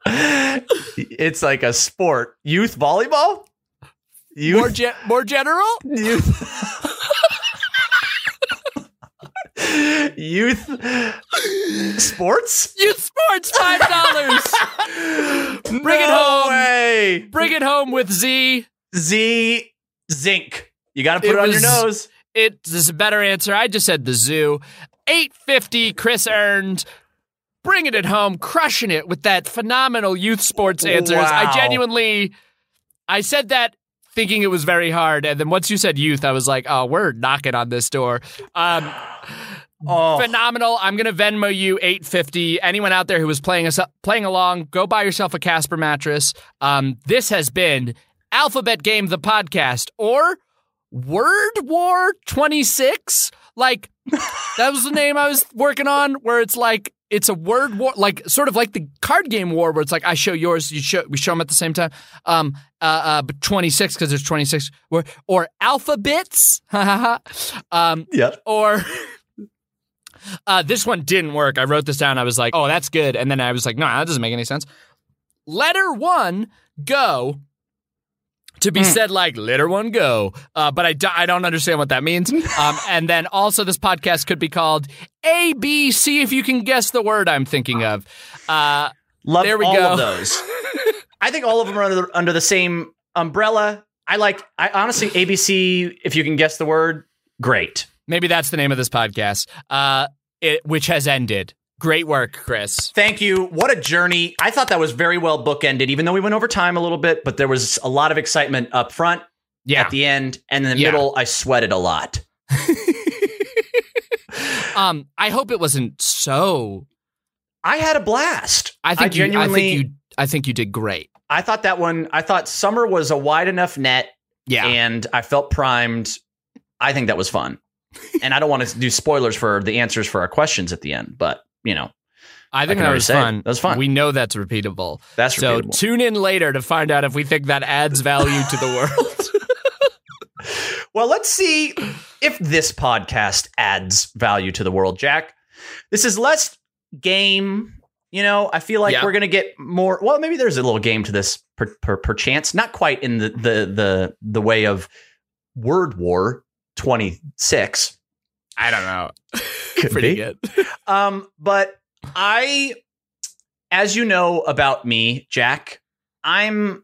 S1: it's like a sport. Youth volleyball? Youth
S2: More ge- more general.
S1: youth youth sports
S2: Youth sports five dollars.
S1: bring
S2: Bring it home.
S1: way.
S2: Bring it home with Z.
S1: z zinc you gotta put it,
S2: It
S1: on your
S2: was-
S1: nose
S2: It this is a better answer. I just said the zoo. 850 Chris earned. Bringing it home, crushing it with that phenomenal youth sports answers.
S1: Wow.
S2: I genuinely I said that thinking it was very hard and then once you said youth, I was like, "Oh, we're knocking on this door." Um
S1: oh
S2: phenomenal. I'm going to Venmo you 850. Anyone out there who was playing us playing along, go buy yourself a Casper mattress. Um, this has been Alphabet Game the podcast or Word War 26. Like that was the name I was working on where it's like it's a word war like sort of like the card game war where it's like I show yours, you show we show them at the same time. Um uh, uh but 26 cuz there's 26 or, or alphabets. um
S1: yeah
S2: or uh, this one didn't work. I wrote this down. I was like, oh, that's good. And then I was like, no, that doesn't make any sense. Letter one, go. To be
S1: Mm.
S2: said like letter one go, uh, but I, do- I don't understand what that means. Um, and then also this podcast could be called A B C if you can guess the word I'm thinking of. Uh,
S1: love
S2: There we
S1: all
S2: go.
S1: of those i think all of them are under, under the same umbrella i like i honestly abc if you can guess the word great
S2: maybe that's the name of this podcast, uh, it, which has ended. Great work, Chris.
S1: Thank you. What a journey. I thought that was very well bookended, even though we went over time a little bit, but there was a lot of excitement up front,
S2: Yeah,
S1: at the end, and in the
S2: Yeah.
S1: middle, I sweated a lot.
S2: um, I hope it wasn't so.
S1: I had a blast.
S2: I think you-
S1: genuinely,
S2: I think you. I think you did great.
S1: I thought that one, I thought summer was a wide enough net
S2: Yeah.
S1: and I felt primed. I think that was fun. and I don't want to do spoilers for the answers for our questions at the end, but you know,
S2: I think
S1: can
S2: that
S1: already
S2: was
S1: say it.
S2: fun.
S1: That was fun.
S2: We know that's repeatable.
S1: that's
S2: So
S1: repeatable.
S2: tune in later to find out if we think that adds value to the world.
S1: Well, let's see if this podcast adds value to the world, Jack. This is less game. You know, I feel like
S2: Yeah.
S1: we're gonna get more. Well, maybe there's a little game to this, per, per, perchance. Not quite in the the the the way of Word War 26,
S2: I don't know.
S1: Could be.
S2: Pretty good.
S1: um, but I, as you know about me, Jack, I'm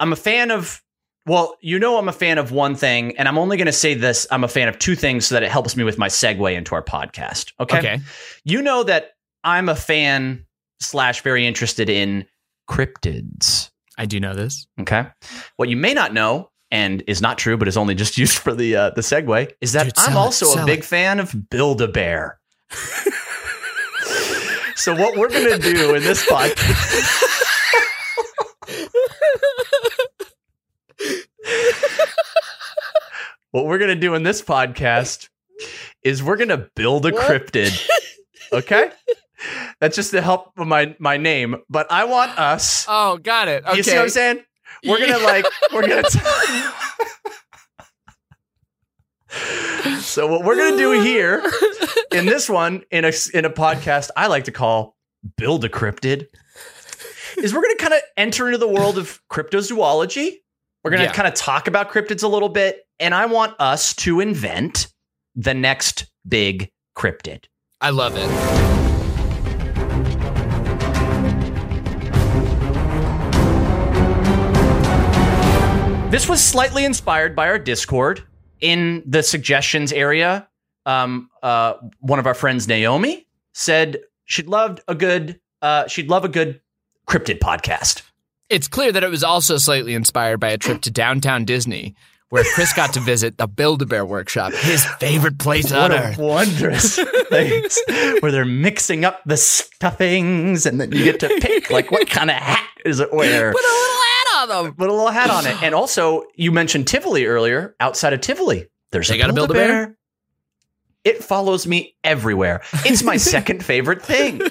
S1: I'm a fan of. Well, you know I'm a fan of one thing, and I'm only going to say this: I'm a fan of two things, so that it helps me with my segue into our podcast. Okay.
S2: Okay.
S1: You know that I'm a fan slash very interested in cryptids.
S2: I do know this.
S1: Okay. What you may not know and is not true, but is only just used for the uh, the segue, is that
S2: Dude, sell
S1: I'm
S2: it,
S1: also a
S2: sell
S1: big
S2: it.
S1: fan of Build a Bear. so what we're gonna do in this podcast. What we're gonna do in this podcast is we're gonna build a
S2: What?
S1: cryptid. Okay? That's just to help with my my name. But I want us
S2: Oh, got it. Okay.
S1: you see what I'm saying? We're gonna like we're gonna. t- so what we're gonna do here in this one in a in a podcast I like to call build a cryptid is we're going to kind of enter into the world of cryptozoology. We're going to
S2: Yeah.
S1: kind of talk about cryptids a little bit, and I want us to invent the next big cryptid.
S2: I love it.
S1: This was slightly inspired by our Discord in the suggestions area. Um, uh, one of our friends, Naomi, said she'd loved a good uh, she'd love a good cryptid podcast.
S2: It's clear that it was also slightly inspired by a trip to downtown Disney, where Chris got to visit the Build-A-Bear Workshop, his favorite place
S1: What
S2: on
S1: a
S2: earth.
S1: wondrous place where they're mixing up the stuffings and then you get to pick like what kind of hat is it wear.
S2: Put a little hat on them.
S1: Put a little hat on it. And also, you mentioned Tivoli earlier. Outside of Tivoli, there's
S2: They
S1: a
S2: gotta build a
S1: Build-A-Bear. It follows me everywhere. It's my second favorite thing. All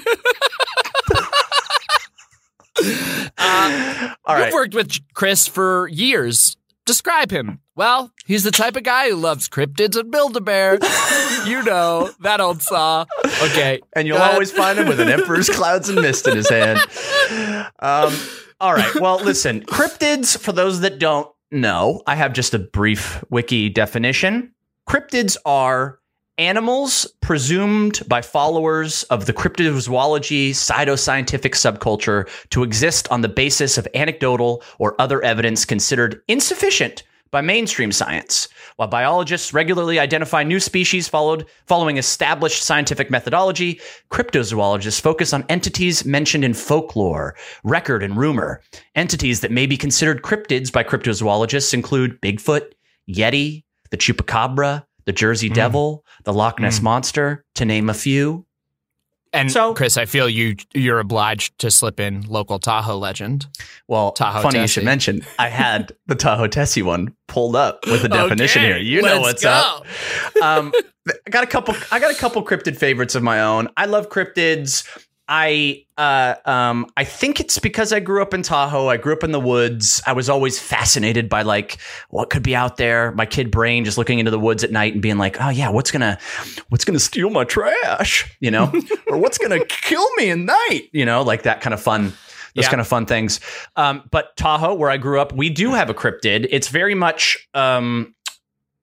S2: Uh, You've
S1: right.
S2: worked with Chris for years. Describe him. Well, he's the type of guy who loves cryptids and Build-A-Bear. you know, that old saw. Okay.
S1: and you'll
S2: Go ahead.
S1: always find him with an emperor's clouds and mist in his hand. Um, all right. Well, listen, cryptids, for those that don't know, I have just a brief wiki definition. Cryptids are animals presumed by followers of the cryptozoology pseudoscientific subculture to exist on the basis of anecdotal or other evidence considered insufficient by mainstream science. While biologists regularly identify new species followed following established scientific methodology, cryptozoologists focus on entities mentioned in folklore, record, and rumor. Entities that may be considered cryptids by cryptozoologists include Bigfoot, Yeti, the Chupacabra, the Jersey
S2: Mm.
S1: Devil, the Loch Ness
S2: Mm.
S1: Monster, to name a few.
S2: And
S1: So-
S2: Chris, I feel you you're obliged to slip in local Tahoe legend.
S1: Well,
S2: Tahoe
S1: funny you
S2: Tessie.
S1: should mention, I had the Tahoe Tessie one pulled up with the definition
S2: Okay,
S1: here. You know
S2: let's
S1: what's
S2: go.
S1: up. um, th- I got a couple. I got a couple cryptid favorites of my own. I love cryptids. I uh, um, I think it's because I grew up in Tahoe. I grew up in the woods. I was always fascinated by like what could be out there. My kid brain just looking into the woods at night and being like, oh yeah, what's gonna what's gonna steal my trash, you know, or what's gonna kill me at night, you know, like that kind of fun. Those
S2: Yeah.
S1: kind of fun things. Um, but Tahoe, where I grew up, we do have a cryptid. It's very much um,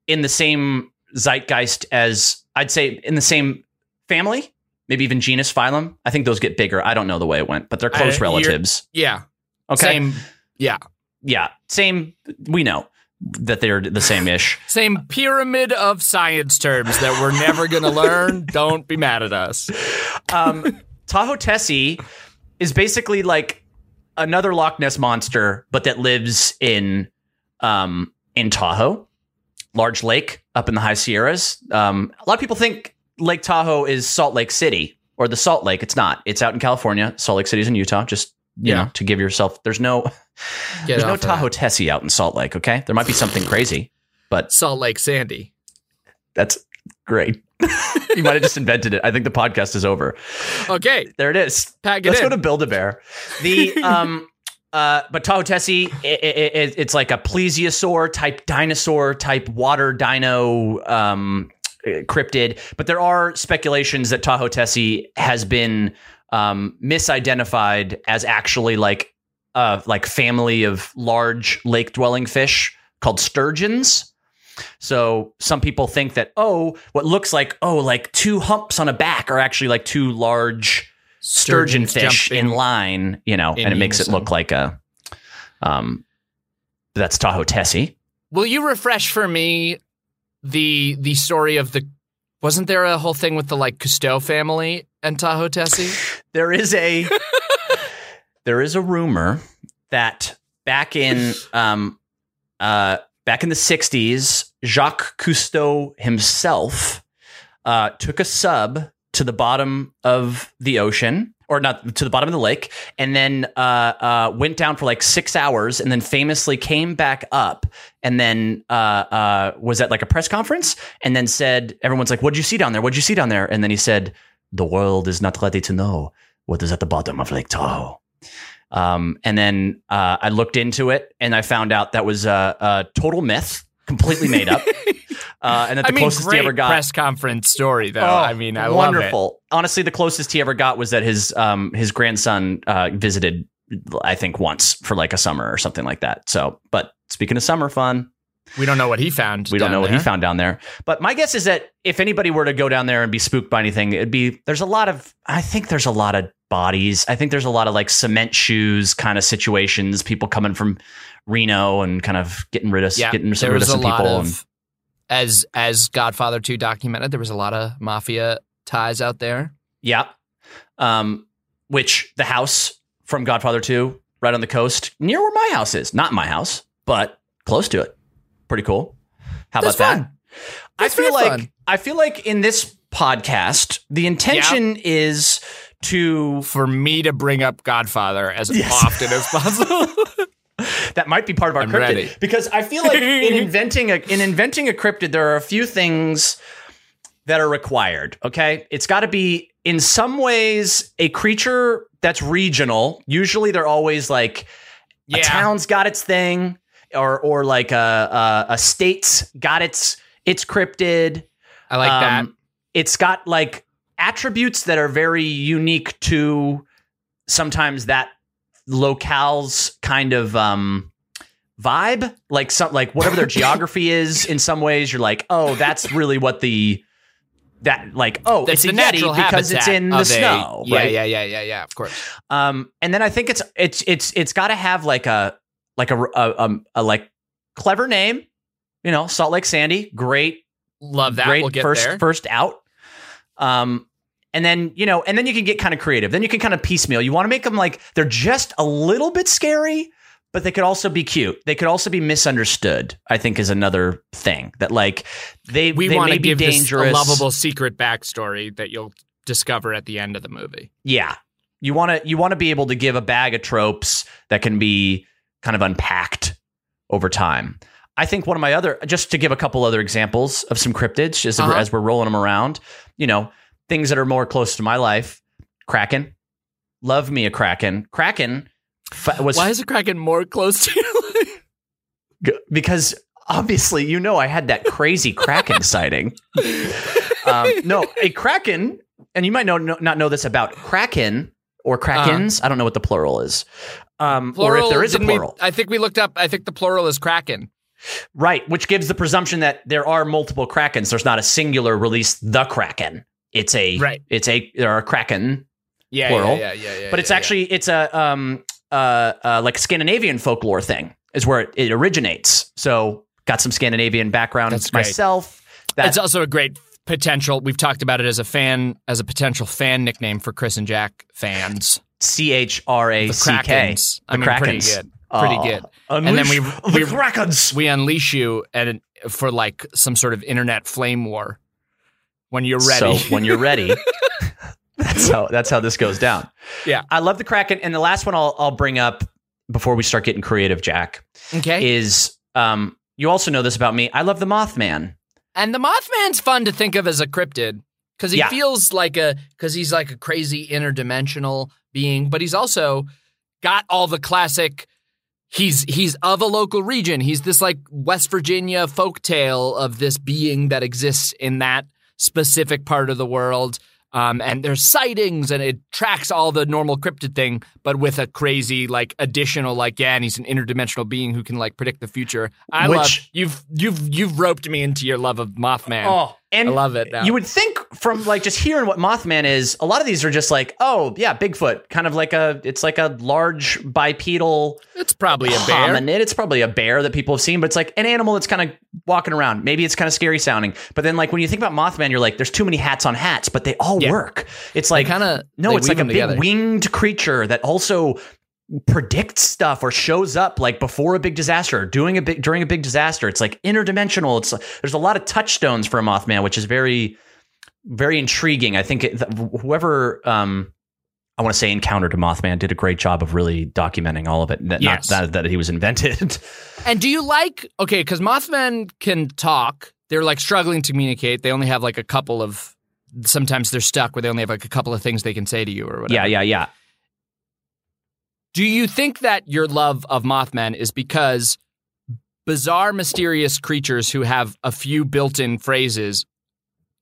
S1: in the same zeitgeist as I'd say in the same family, maybe even genus phylum. I think those get bigger. I don't know the way it went, but they're
S2: I-
S1: close
S2: you're-
S1: relatives.
S2: Yeah.
S1: Okay.
S2: Same
S1: Yeah. Same. We know that they're the same ish.
S2: same pyramid of science terms that we're never going to learn. Don't be mad at us.
S1: Um, Tahoe Tessie is basically like another Loch Ness monster, but that lives in um, in Tahoe, large lake up in the High Sierras. Um, a lot of people think Lake Tahoe is Salt Lake City or the Salt Lake. It's not. It's out in California. Salt Lake City's in Utah. Just you
S2: Yeah.
S1: know, to give yourself. There's no
S2: Get
S1: there's no
S2: off of that.
S1: Tahoe Tessie out in Salt Lake. Okay, there might be something crazy.
S2: Salt Lake Sandy.
S1: That's great. you might have just invented it. I think the podcast is over.
S2: Okay,
S1: There it is.
S2: pack it
S1: Let's
S2: in.
S1: go to Build a Bear. The um, uh, but Tahotesi, i i i it's like a plesiosaur type dinosaur type water dino um eh, cryptid. But there are speculations that Tahotesi has been um misidentified as actually like uh like family of large lake dwelling fish called sturgeons. So some people think that oh, what looks like oh, like two humps on a back are actually like two large sturgeon
S2: Sturgeons
S1: fish
S2: jump in.
S1: in line, you know,
S2: in
S1: and it makes it
S2: unison.
S1: look like a um that's Tahoe Tessie.
S2: Will you refresh for me the the story of the? Wasn't there a whole thing with the like Cousteau family and Tahoe Tessie?
S1: There is a there is a rumor that back in um uh back in the 60s, Jacques Cousteau himself uh took a sub to the bottom of the ocean or not to the bottom of the lake and then uh, uh, went down for like six hours and then famously came back up and then uh, uh, was at like a press conference and then said everyone's like what'd you see down there what'd you see down there and then he said the world is not ready to know what is at the bottom of lake tahoe um, and then uh, i looked into it and i found out that was a, a total myth completely made up uh, and that the
S2: I mean,
S1: closest
S2: great
S1: he ever got Oh,
S2: press conference story though. I mean, I
S1: wonderful. Honestly, the closest he ever got was that his um his grandson uh, visited I think once for like a summer or something like that. So, but speaking of summer fun,
S2: We don't know what he found.
S1: we don't
S2: down
S1: know what he
S2: there.
S1: found down there. But my guess is that if anybody were to go down there and be spooked by anything, it'd be there's a lot of I think there's a lot of bodies. I think there's a lot of like cement shoes kind of situations, people coming from Reno and kind of getting rid of
S2: Yeah,
S1: getting
S2: there
S1: rid of
S2: was a
S1: some
S2: lot
S1: people.
S2: of,
S1: and,
S2: as as Godfather Two documented, there was a lot of mafia ties out there.
S1: yeah. Um which the house from Godfather 2 right on the coast near where my house is. Not my house, but close to it. Pretty cool. How
S2: That's
S1: about that?
S2: fun.
S1: I
S2: That's
S1: feel
S2: very
S1: like
S2: fun.
S1: I feel like in this podcast, the intention is to
S2: for me to bring up Godfather as
S1: Yes.
S2: often as possible.
S1: that might be part of our
S2: I'm
S1: cryptid
S2: ready.
S1: because I feel like in inventing a in inventing a cryptid, there are a few things that are required. Okay, it's got to be in some ways a creature that's regional. Usually, they're always like
S2: yeah,
S1: a town's got its thing, or or like a a, a state's got its its cryptid.
S2: I like that.
S1: Um, It's got like attributes that are very unique to sometimes that locale's kind of um vibe like some like whatever their geography is in some ways you're like oh that's really what the that like oh
S2: That's
S1: it's
S2: the
S1: a yeti
S2: natural
S1: because it's
S2: habitat
S1: in the
S2: of a-
S1: snow
S2: Yeah,
S1: right
S2: yeah, yeah, yeah, yeah. Of course.
S1: um, and then I think it's it's it's it's got to have like a like a, a, um, a like clever name, you know, Salt Lake Sandy, great,
S2: Love that.
S1: great
S2: we'll get
S1: first
S2: there.
S1: first out. Um, and then you know, and then you can get kind of creative. Then you can kind of piecemeal. You want to make them like they're just a little bit scary, but they could also be cute. They could also be misunderstood. I think is another thing that like they
S2: we
S1: they
S2: want
S1: may
S2: to
S1: be
S2: give this a
S1: dangerous.
S2: lovable secret backstory that you'll discover at the end of the movie.
S1: Yeah. You want to you want to be able to give a bag of tropes that can be kind of unpacked over time. I think one of my other just to give a couple other examples of some cryptids just as we're-
S2: Uh-huh.
S1: as we're rolling them around, you know, things that are more close to my life. Kraken. Love me a Kraken. Kraken fa- was
S2: Why is the Kraken more close to you?
S1: because obviously you know I had that crazy Kraken sighting. Um, no, a Kraken, and you might know, no, not know this about Kraken or Krakens. I don't know what the plural is, um, or if there is a
S2: Uh-huh. didn't we-
S1: plural,
S2: I think we looked up. I think the plural is Kraken.
S1: right? Which gives the presumption that there are multiple Krakens. There's not a singular release. The Kraken. It's a
S2: Right.
S1: It's a there are Kraken
S2: Yeah,
S1: Plural.
S2: yeah, yeah, yeah, yeah.
S1: but it's
S2: yeah, yeah.
S1: actually it's a um uh, uh like Scandinavian folklore thing is where it, it originates. So got some Scandinavian background
S2: That's great.
S1: myself. That
S2: It's also a great potential. We've talked about it as a fan, as a potential fan nickname for Chris and Jack fans.
S1: C H R A
S2: The
S1: C K.
S2: Krakens. I
S1: The
S2: mean, pretty
S1: Krakens.
S2: good. Pretty
S1: Aw.
S2: good.
S1: Unleash
S2: And then we- we-
S1: Krakens.
S2: We unleash you and for like some sort of internet flame war when you're ready.
S1: So when you're ready, that's how that's how this goes down.
S2: Yeah.
S1: I love the Kraken. And the last one I'll I'll bring up before we start getting creative, Jack,
S2: okay.
S1: is um you also know this about me. I love the Mothman.
S2: and the Mothman's fun to think of as a cryptid because he
S1: Yeah.
S2: feels like a because he's like a crazy interdimensional being, but he's also got all the classic. He's he's of a local region. He's this like West Virginia folktale of this being that exists in that specific part of the world. Um, and there's sightings, and it tracks all the normal cryptid thing, but with a crazy like additional like yeah, and he's an interdimensional being who can like predict the future. I
S1: Which-
S2: love you've you've you've roped me into your love of
S1: Oh,
S2: Mothman.
S1: and
S2: Oh, I love it now.
S1: You would think from like just hearing what Mothman is, a lot of these are just like, oh yeah, Bigfoot, kind of like a it's like a large bipedal
S2: it's probably a bear.
S1: hominid. It's probably a bear that people have seen, but it's like an animal that's kind of walking around. Maybe it's kind of scary sounding. But then like when you think about Mothman, you're like, there's too many hats on hats, but they all
S2: Yeah.
S1: work. It's like
S2: kind of
S1: no, it's like a big
S2: together.
S1: winged creature that also predicts stuff or shows up like before a big disaster or doing a big during a big disaster. It's like interdimensional. It's there's a lot of touchstones for a Mothman, which is very very intriguing. I think it, th- whoever um I want to say encountered a Mothman did a great job of really documenting all of it. N-
S2: Yes.
S1: Not that, that he was invented.
S2: And do you like okay? Because Mothman can talk. They're like struggling to communicate. They only have like a couple of. Sometimes they're stuck where they only have like a couple of things they can say to you or whatever.
S1: yeah, yeah, yeah.
S2: Do you think that your love of Mothman is because bizarre, mysterious creatures who have a few built in phrases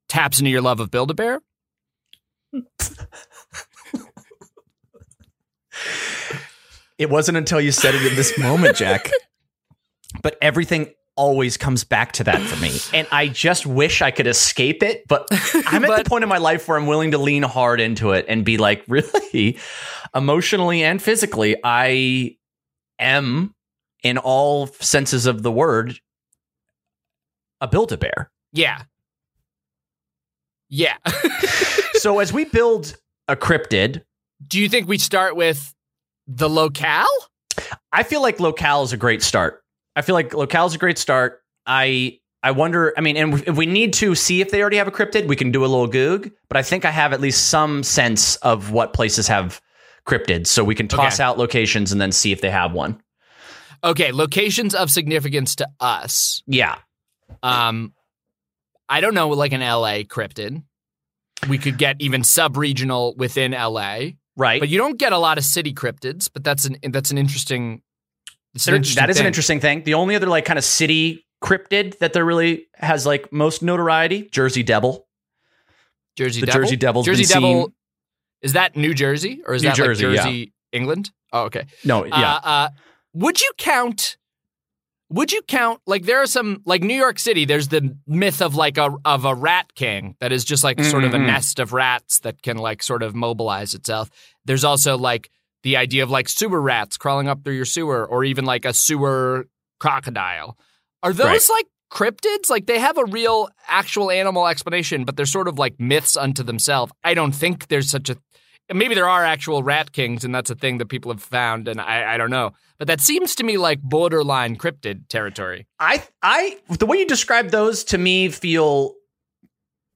S2: taps into your love of Build a Bear?
S1: It wasn't until you said it in this moment, Jack. But everything always comes back to that for me. And I just wish I could escape it. But I'm at
S2: But-
S1: the point in my life where I'm willing to lean hard into it and be like, really, emotionally and physically, I am, in all senses of the word, a build a bear.
S2: Yeah. Yeah.
S1: so as we build a cryptid,
S2: Do you think we start with the locale?
S1: I feel like locale is a great start. I feel like locale is a great start. I I wonder. I mean, and if we need to see if they already have a cryptid, we can do a little goog. But I think I have at least some sense of what places have cryptids, so we can toss
S2: Okay.
S1: out locations and then see if they have one.
S2: Okay, locations of significance to us.
S1: Yeah,
S2: Um, I don't know, like an LA cryptid. We could get even sub-regional within LA,
S1: right.
S2: but you don't get a lot of city cryptids. But that's an that's an interesting. That's an
S1: There-
S2: interesting
S1: that is an
S2: thing.
S1: interesting thing. The only other like kind of city cryptid that there really has like most notoriety, Jersey Devil.
S2: Jersey
S1: the
S2: Devil.
S1: Jersey Devil's
S2: Jersey
S1: been
S2: Devil.
S1: seen-
S2: Is that New Jersey or is
S1: New
S2: that
S1: Jersey,
S2: like
S1: yeah.
S2: Jersey, England? Oh, okay.
S1: No, yeah,
S2: Uh, uh, would you count? Would you count? Like there are some like New York City. There's the myth of like a of a rat king that is just like sort of a
S1: Mhm.
S2: nest of rats that can like sort of mobilize itself. There's also like the idea of like sewer rats crawling up through your sewer, or even like a sewer crocodile. Are those like cryptids? Like they have a real actual animal explanation, but they're sort of like myths unto themselves. I don't think there's such a maybe there are actual rat kings and that's a thing that people have found and I, I don't know. But that seems to me like borderline cryptid territory.
S1: I I the way you describe those to me feel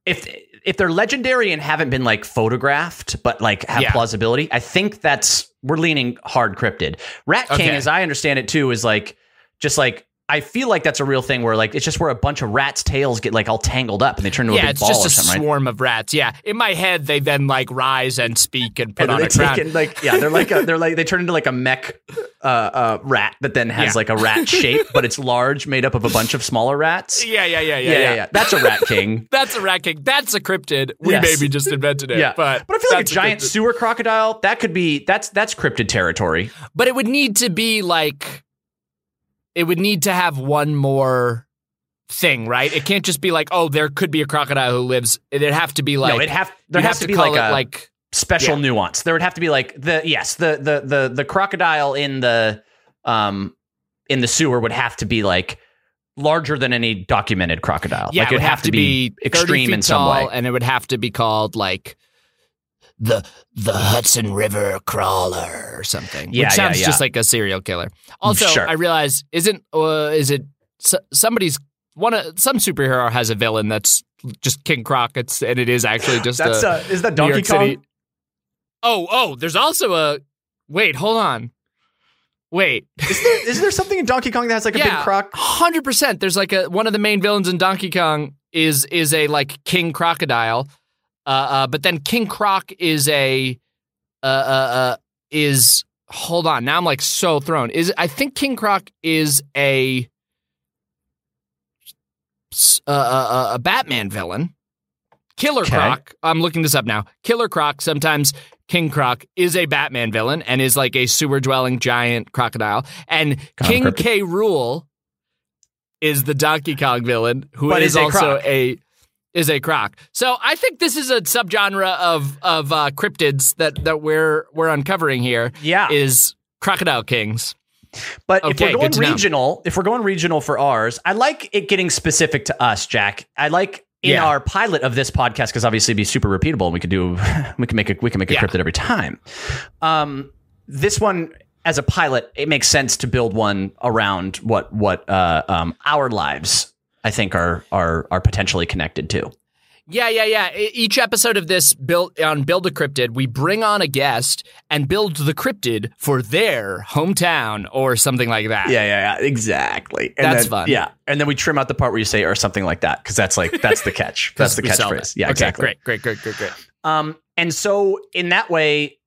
S1: if if they're legendary and haven't been like photographed but like have
S2: Yeah.
S1: plausibility, I think that's we're leaning hard cryptid. Rat King,
S2: Okay.
S1: as I understand it too, is like just like I feel like that's a real thing where like it's just where a bunch of rats' tails get like all tangled up and they turn into a
S2: yeah,
S1: big
S2: it's
S1: ball
S2: just
S1: or
S2: a
S1: something, right?
S2: swarm of rats. Yeah. In my head they then like rise and speak and put
S1: And
S2: on
S1: they
S2: a crown.
S1: take in, like yeah, they're like a, they're like they turn into like a mech uh, uh, rat that then has
S2: Yeah.
S1: like a rat shape, but it's large, made up of a bunch of smaller rats.
S2: yeah, yeah, yeah, yeah, yeah,
S1: yeah, yeah, yeah. That's a rat king.
S2: That's a rat king. That's a cryptid. We
S1: Yes.
S2: maybe just invented it.
S1: Yeah.
S2: But,
S1: But I feel like a
S2: that's
S1: giant
S2: cryptid.
S1: sewer crocodile, that could be that's that's cryptid territory.
S2: But it would need to be like it would need to have one more thing, right? It can't just be like, oh, there could be a crocodile who lives. It'd have to be like
S1: no, it have there
S2: you'd
S1: has to,
S2: have
S1: be
S2: call
S1: like
S2: it
S1: a
S2: like
S1: special
S2: yeah.
S1: nuance. There would have to be like the yes, the the the the crocodile in the um in the sewer would have to be like larger than any documented crocodile. like
S2: it would have to be 30
S1: extreme
S2: feet
S1: in some
S2: tall,
S1: way.
S2: and it would have to be called like the the Hudson River Crawler or something.
S1: Yeah,
S2: which
S1: yeah,
S2: sounds
S1: yeah.
S2: just like a serial killer. Also,
S1: Sure.
S2: I realize isn't uh, is it s- somebody's one of some superhero has a villain that's just King Croc. It's and it is actually just
S1: That's
S2: a
S1: uh, is that
S2: New
S1: Donkey
S2: York
S1: Kong?
S2: City. Oh, oh, there's also a wait. Hold on, wait.
S1: Is there is there something in Donkey Kong that has like a big croc?
S2: Hundred percent. There's like a one of the main villains in Donkey Kong is is a like King Crocodile, uh, uh, but then King Croc is a uh, uh, uh, is hold on. Now I'm like so thrown. Is I think King Croc is a s- uh, uh, uh, a Batman villain. Killer
S1: Okay.
S2: Croc. I'm looking this up now. Killer Croc, sometimes King Croc, is a Batman villain and is like a sewer dwelling giant crocodile. And
S1: Kind of
S2: King
S1: cryptic.
S2: K. Rule is the Donkey Kong villain, who is
S1: But is a
S2: also
S1: croc.
S2: a is a croc. So I think this is a subgenre of of uh, cryptids that that we're we're uncovering here
S1: Yeah.
S2: is crocodile kings.
S1: But
S2: Okay,
S1: if we're
S2: good
S1: going
S2: to know.
S1: regional, if we're going regional for ours, I like it getting specific to us, Jack. I like in
S2: Yeah.
S1: our pilot of this podcast because obviously it'd be super repeatable and we could do we can make a we can make a
S2: Yeah.
S1: cryptid every time. Um, this one as a pilot, it makes sense to build one around what what uh, um, our lives I think are are are potentially connected to.
S2: Yeah, yeah, yeah. E- Each episode of this build on Build a Cryptid, we bring on a guest and build the cryptid for their hometown or something like that.
S1: yeah, yeah, exactly.
S2: And That's then- fun.
S1: Yeah, and then we trim out the part where you say or something like that because that's like that's the catch. that's the
S2: We sell
S1: catchphrase.
S2: that.
S1: Yeah,
S2: okay,
S1: exactly.
S2: Great, great, great, great, great.
S1: Um, and so in that way,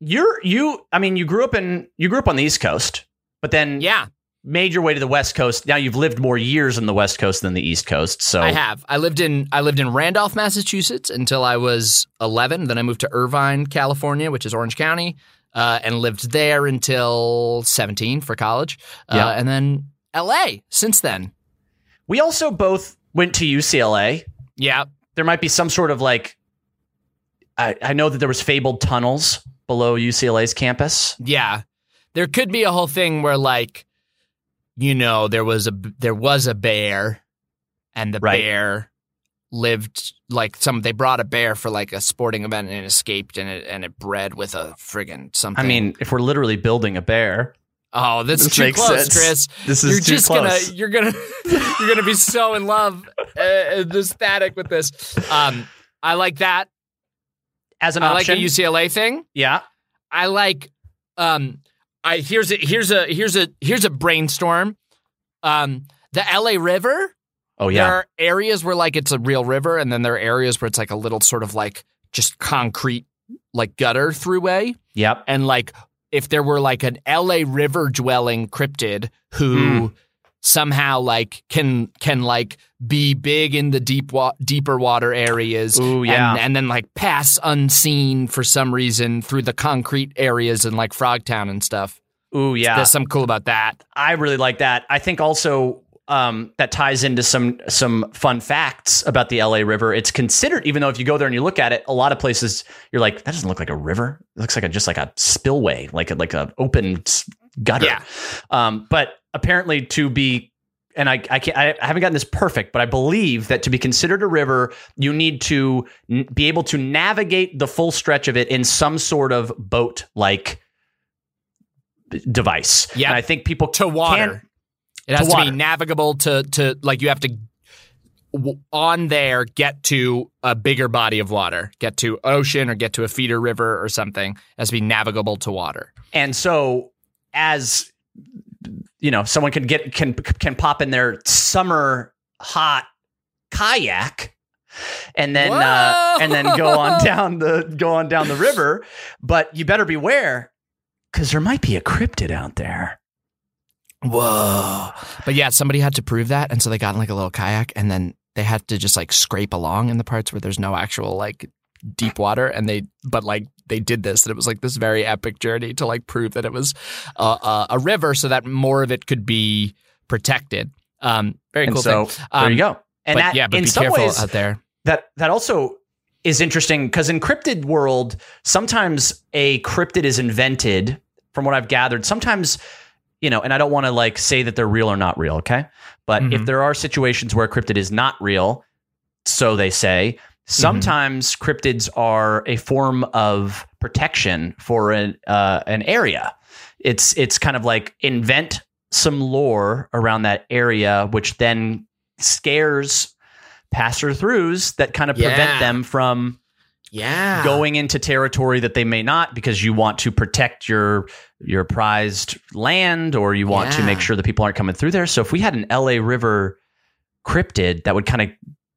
S1: you're you. I mean, you grew up in you grew up on the East Coast, but then
S2: Yeah,
S1: made your way to the West Coast. Now you've lived more years in the West Coast than the East Coast. So
S2: I have. I lived in I lived in Randolph, Massachusetts until I was 11. Then I moved to Irvine, California, which is Orange County. uh, and lived there until 17 for college. Uh,
S1: Yeah.
S2: And then LA since then.
S1: We also both went to UCLA.
S2: Yeah.
S1: There might be some sort of like I, I know that there was fabled tunnels below UCLA's campus.
S2: Yeah. There could be a whole thing where like you know there was a there was a bear and the
S1: Right.
S2: bear lived like some they brought a bear for like a sporting event and it escaped and it and it bred with a friggin' something.
S1: I mean, if we're literally building a bear,
S2: oh, that's
S1: this
S2: too
S1: makes
S2: close,
S1: sense.
S2: Chris.
S1: this is
S2: You're
S1: too
S2: just
S1: close.
S2: gonna you're gonna you're gonna be so in love uh, and ecstatic with this. Um, I like that.
S1: As an
S2: I like
S1: option,
S2: the UCLA thing.
S1: yeah,
S2: I like um I here's a here's a here's a here's a brainstorm. Um the LA River.
S1: oh yeah,
S2: There are areas where like it's a real river and then there are areas where it's like a little sort of like just concrete like gutter throughway
S1: yep,
S2: and like if there were like an LA river dwelling cryptid
S1: Hmm.
S2: who somehow like can can like be big in the deep wa- deeper water areas
S1: Ooh,
S2: and-
S1: yeah.
S2: and, then like pass unseen for some reason through the concrete areas in like Frogtown and stuff.
S1: ooh yeah.
S2: There's something cool about that.
S1: I really like that. I think also um, that ties into some some fun facts about the LA River. It's considered, even though if you go there and you look at it, a lot of places you're like, that doesn't look like a river. It looks like a, just like a spillway, like a, like an open s- gutter.
S2: Yeah.
S1: Um, but apparently, to be and I I, can't, I I haven't gotten this perfect, but I believe that to be considered a river, you need to n- be able to navigate the full stretch of it in some sort of boat like device.
S2: Yeah.
S1: and I think people
S2: To water. it
S1: to
S2: has to,
S1: water.
S2: be navigable to to like you have to w- on there get to a bigger body of water, get to ocean or get to a feeder river or something. It has to be navigable to water.
S1: And so as you know, someone can get can can pop in their summer hot kayak and then uh,
S2: Whoa!
S1: and then go on down the go on down the river, but you better beware cuz there might be a cryptid out there.
S2: Whoa. But yeah, somebody had to prove that. And so they got in like a little kayak and then they had to just like scrape along in the parts where there's no actual like deep water. And they, but like they did this and it was like this very epic journey to like prove that it was uh, uh, a river so that more of it could be protected. Um, very
S1: And
S2: cool
S1: so
S2: thing.
S1: there
S2: Um,
S1: you go. And
S2: but
S1: that
S2: yeah, but
S1: in
S2: be
S1: some
S2: careful
S1: ways
S2: out there.
S1: that that also is interesting because in cryptid world sometimes a cryptid is invented from what i've gathered sometimes you know and i don't want to like say that they're real or not real okay but if
S2: Mhm.
S1: there are situations where a cryptid is not real so they say sometimes cryptids are a form of protection for an uh, an area it's it's kind of like invent some lore around that area which then scares passer throughs that kind of prevent
S2: Yeah.
S1: them from
S2: Yeah.
S1: going into territory that they may not because you want to protect your your prized land or you want to
S2: Yeah.
S1: make sure that people aren't coming through there. So if we had an LA River cryptid that would kind of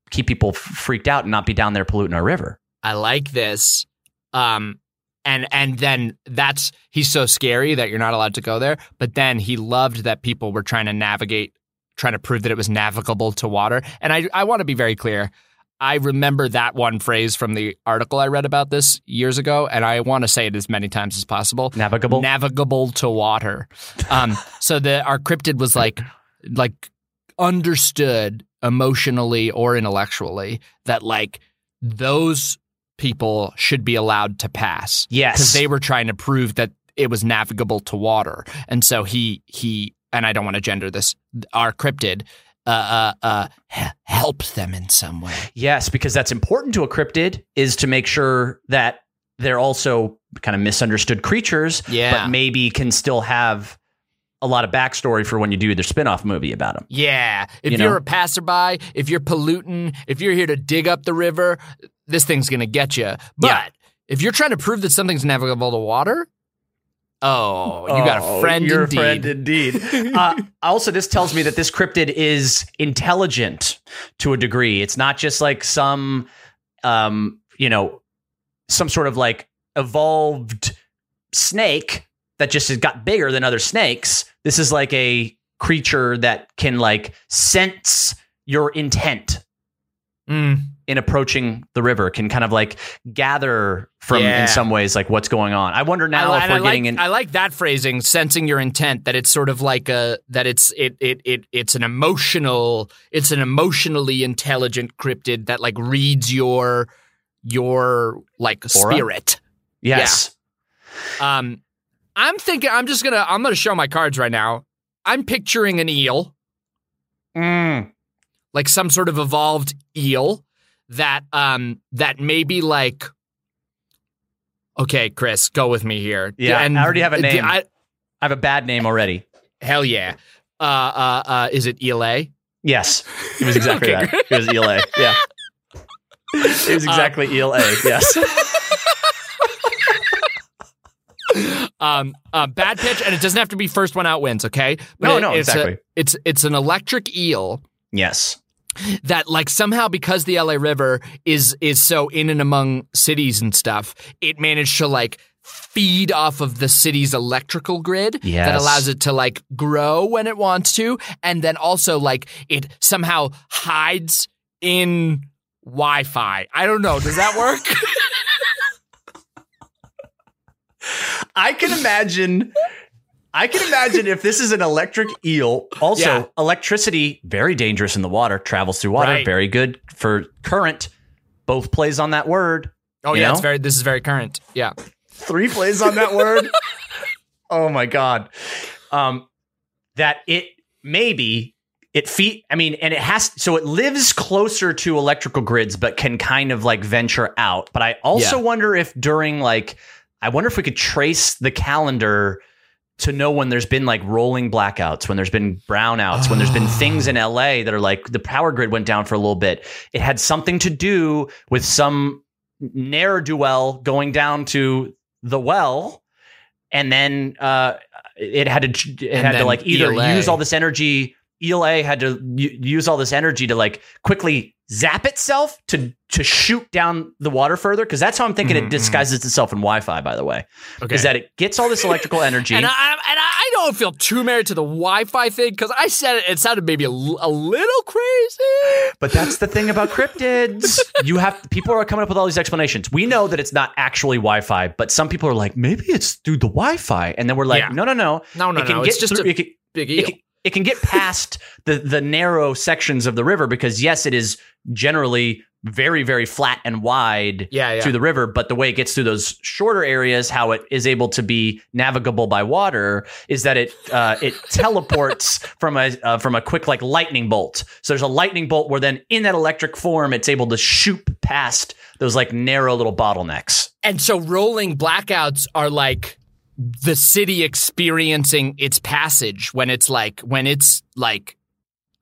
S1: keep people f- freaked out and not be down there polluting our river.
S2: I like this. Um, and and then that's he's so scary that you're not allowed to go there. But then he loved that people were trying to navigate, trying to prove that it was navigable to water. And I I want to be very clear. I remember that one phrase from the article I read about this years ago, and I want to say it as many times as possible
S1: Navigable.
S2: navigable to water. Um, so the our cryptid was like like understood emotionally or intellectually that like those people should be allowed to pass because
S1: yes.
S2: they were trying to prove that it was navigable to water, and so he he and I don't want to gender this our cryptid. Uh, uh, uh, he- helped them in some way.
S1: Yes, because that's important to a cryptid is to make sure that they're also kind of misunderstood creatures,
S2: Yeah.
S1: but maybe can still have a lot of backstory for when you do their spin-off movie about them.
S2: Yeah. If
S1: You
S2: you
S1: know?
S2: are a passerby, if you're polluting, if you're here to dig up the river, this thing's going to get you. But
S1: Yeah.
S2: if you're trying to prove that something's navigable to water, oh, you got a friend
S1: you're
S2: indeed.
S1: a friend indeed. uh, also, this tells me that this cryptid is intelligent to a degree. It's not just like some, um, you know, some sort of like evolved snake that just has got bigger than other snakes. This is like a creature that can like sense your intent
S2: Mm.
S1: in approaching the river can kind of like gather from
S2: Yeah.
S1: in some ways like what's going on. I wonder now
S2: I,
S1: if
S2: and
S1: we're
S2: I
S1: getting
S2: like,
S1: in.
S2: I like that phrasing, sensing your intent. That it's sort of like a that it's it it it it's an emotional, it's an emotionally intelligent cryptid that like reads your your like
S1: Aura?
S2: spirit.
S1: yes.
S2: Um, I'm thinking. I'm just gonna. I'm gonna show my cards right now. I'm picturing an eel,
S1: Mm.
S2: like some sort of evolved eel that um that maybe like. Okay, Chris, go with me here.
S1: Yeah, I already have a
S2: the-
S1: name.
S2: I-
S1: I have a bad name already.
S2: hell yeah. Uh, uh, uh, is it ELA?
S1: Yes. It was exactly
S2: Okay,
S1: that. It was ELA. Yeah. It was exactly ELA. Yes.
S2: um, uh, bad pitch, and it doesn't have to be first one out wins. Okay, But
S1: No,
S2: it-
S1: no,
S2: it's a-
S1: exactly.
S2: it's it's an electric eel
S1: Yes.
S2: that like somehow because the LA River is is so in and among cities and stuff, it managed to like feed off of the city's electrical grid that
S1: Yes.
S2: allows it to like grow when it wants to and then also like it somehow hides in Wi-Fi. I don't know, does that work?
S1: I can imagine. I can imagine if this is an electric eel. Also,
S2: Yeah.
S1: electricity very dangerous in the water. Travels through water.
S2: Right.
S1: Very good for current. Both plays on that word.
S2: oh
S1: You
S2: yeah, it's
S1: know?
S2: very this is very current. Yeah.
S1: Three plays on that word. oh my god. Um, that it maybe it feet. I mean, and it has so it lives closer to electrical grids, but can kind of like venture out. But I also wonder if during like I wonder if we could trace the calendar to know when there's been like rolling blackouts, when there's been brownouts, when there's been things in LA that are like the power grid went down for a little bit. It had something to do with some ne'er do well going down to the well, and then uh, it had to it
S2: And
S1: had to
S2: then
S1: like either
S2: ELA.
S1: use all this energy. ELA had to u- use all this energy to like quickly zap itself to to shoot down the water further because that's how I'm thinking
S2: Mhm,
S1: it disguises itself in Wi-Fi. By the way,
S2: Okay.
S1: is that it gets all this electrical energy.
S2: And I, and I don't feel too married to the Wi-Fi thing because I said it, it sounded maybe a, l- a little crazy.
S1: But that's the thing about cryptids. You have people are coming up with all these explanations. We know that it's not actually Wi-Fi, but some people are like, maybe it's through the Wi-Fi, and then we're like,
S2: Yeah.
S1: no, no, no.
S2: No, no,
S1: it can
S2: no.
S1: get
S2: It's just
S1: through,
S2: a
S1: it can,
S2: big
S1: it
S2: eel.
S1: can, it can get past the the narrow sections of the river because yes, it is generally very very flat and wide
S2: Yeah, yeah.
S1: to the river, but the way it gets through those shorter areas, how it is able to be navigable by water, is that it uh, it teleports from a uh, from a quick like lightning bolt. So there's a lightning bolt where then in that electric form, it's able to shoot past those like narrow little bottlenecks.
S2: and so rolling blackouts are like the city experiencing its passage when it's like when it's like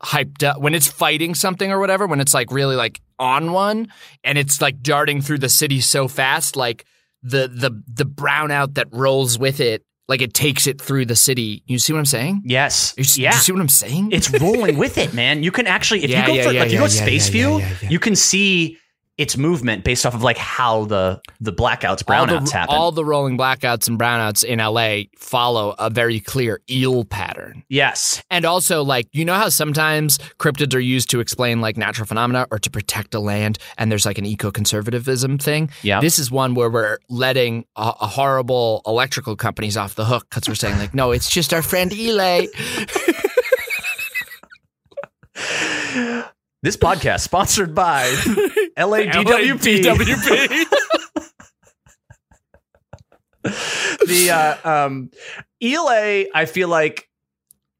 S2: hyped up when it's fighting something or whatever when it's like really like on one and it's like darting through the city so fast like the the the brownout that rolls with it like it takes it through the city you see what i'm saying
S1: Yes,
S2: you, s-
S1: yeah.
S2: you see what i'm saying
S1: it's rolling with it, man. You can actually, if
S2: Yeah,
S1: you go
S2: yeah,
S1: for,
S2: yeah,
S1: like you
S2: yeah,
S1: go
S2: yeah,
S1: space
S2: yeah,
S1: view,
S2: yeah, yeah.
S1: you can see its movement based off of like how the the blackouts
S2: all
S1: brownouts
S2: the,
S1: happen.
S2: all the rolling blackouts and brownouts in LA follow a very clear eel pattern.
S1: yes,
S2: And also, like, you know how sometimes cryptids are used to explain like natural phenomena or to protect a land, and there's like an eco conservatism thing?
S1: yeah.
S2: This is one where we're letting a, a horrible electrical companies off the hook because we're saying, like, no, it's just our friend Elay.
S1: This podcast sponsored by LADWP,
S2: DWP.
S1: the uh, um, ELA. I feel like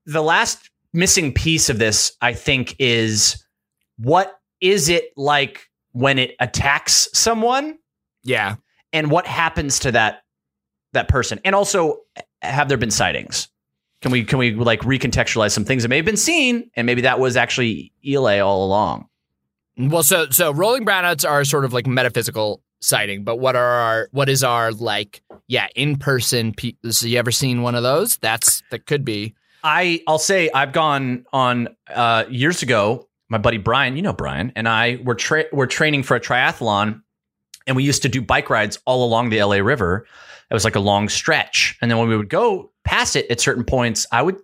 S1: the last missing piece of this, I think, is what is it like when it attacks someone,
S2: yeah.
S1: and what happens to that that person, and also have there been sightings? Can we can we like recontextualize some things that may have been seen, and maybe that was actually ELA all along?
S2: Well, so so rolling brownouts are sort of like metaphysical sighting, but what are our what is our like yeah in person? Pe- so you ever seen one of those? That's that could be.
S1: I I'll say I've gone on uh, years ago. My buddy Brian, you know Brian, and I were tra- were training for a triathlon, and we used to do bike rides all along the LA River. It was like a long stretch, and then when we would go past it at certain points, I would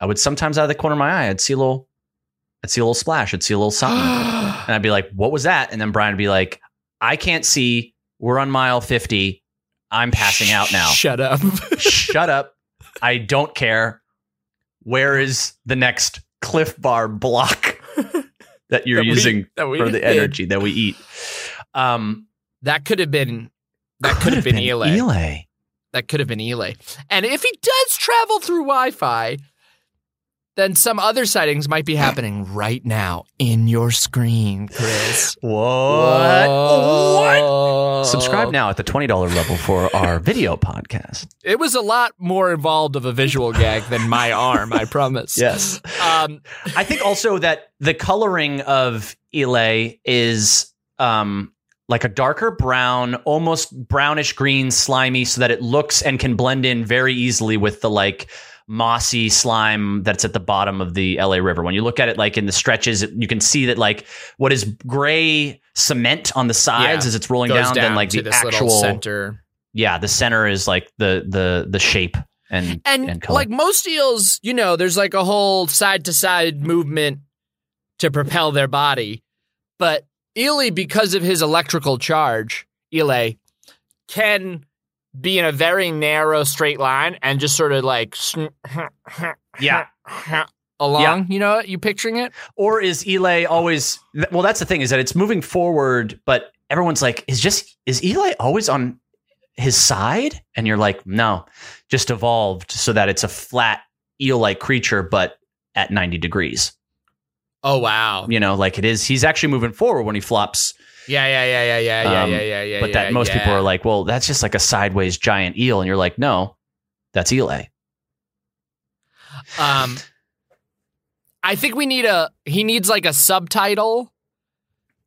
S1: I would sometimes out of the corner of my eye, I'd see a little I'd see a little splash. I'd see a little something. and I'd be like, what was that? And then Brian would be like, I can't see. We're on mile 50. I'm passing out now.
S2: Shut up.
S1: Shut up. I don't care. Where is the next cliff bar block that you're
S2: That we-
S1: using
S2: that we
S1: for the
S2: did.
S1: energy that we eat? Um,
S2: That could have been. That could have been Elay.
S1: Elay.
S2: That could have been Elay. And if he does travel through Wi-Fi, then some other sightings might be happening right now in your screen, Chris.
S1: What?
S2: What?
S1: Subscribe now at the $20 level for our video podcast.
S2: It was a lot more involved of a visual gag than my arm, I promise.
S1: Yes.
S2: Um,
S1: I think also that the coloring of Elay is um like a darker brown, almost brownish green, slimy, so that it looks and can blend in very easily with the like mossy slime that's at the bottom of the LA River. When you look at it like in the stretches, it, you can see that like what is gray cement on the sides
S2: Yeah.
S1: as it's rolling
S2: goes
S1: down, then like
S2: to
S1: the
S2: this little
S1: actual
S2: center.
S1: yeah, the center is like the the the shape and
S2: and,
S1: and color.
S2: like most eels, you know, there's like a whole side to side movement to propel their body. But Ely, because of his electrical charge, Ely can be in a very narrow straight line and just sort of like sn-
S1: yeah.
S2: along. You know, it? you picturing it?
S1: Or is Elay always th- well that's the thing is that it's moving forward, but everyone's like, is just is Elay always on his side? And you're like, no, just evolved so that it's a flat eel like creature, but at 90 degrees.
S2: Oh wow!
S1: You know, like it is he's actually moving forward when he flops.
S2: Yeah, yeah, yeah, yeah, yeah, yeah,
S1: Um,
S2: yeah, yeah, yeah.
S1: but that
S2: yeah,
S1: most people
S2: yeah.
S1: are like, well, that's just like a sideways giant eel. And you're like, no, that's Elay.
S2: Um, I think we need a. He needs like a subtitle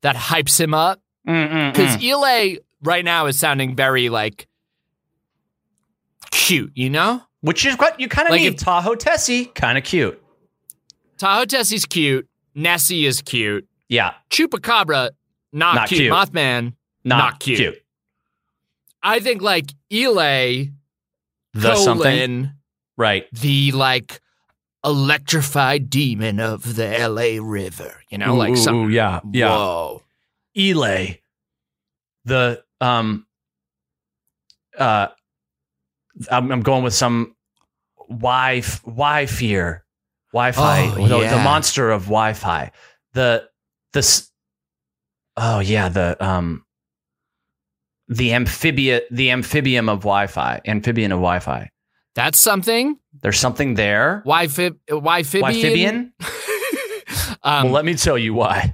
S2: that hypes him up because
S1: Mm-hmm.
S2: Ile right now is sounding very like cute. You know,
S1: Which is what you kind of
S2: Like
S1: need.
S2: if-
S1: Tahoe Tessie, kind of cute.
S2: Tahoe Tessie's cute. Nessie is cute.
S1: Yeah,
S2: Chupacabra not,
S1: Not
S2: cute.
S1: cute.
S2: Mothman.
S1: not,
S2: Not cute.
S1: cute.
S2: I think like Ile
S1: The
S2: colon,
S1: something, right?
S2: the like electrified demon of the L.A. River. You know, like some
S1: yeah, yeah.
S2: Whoa.
S1: Elay, the um, uh, I'm, I'm going with some why f- why fear, Wi-Fi,
S2: Oh,
S1: the, the
S2: yeah.
S1: monster of Wi-Fi, the the s- oh yeah, the um, the amphibia, the amphibium of Wi-Fi, amphibian of Wi-Fi.
S2: That's something.
S1: There's something there.
S2: Why fib? Why fibian?
S1: Amphibian?
S2: um,
S1: well, let me tell you why.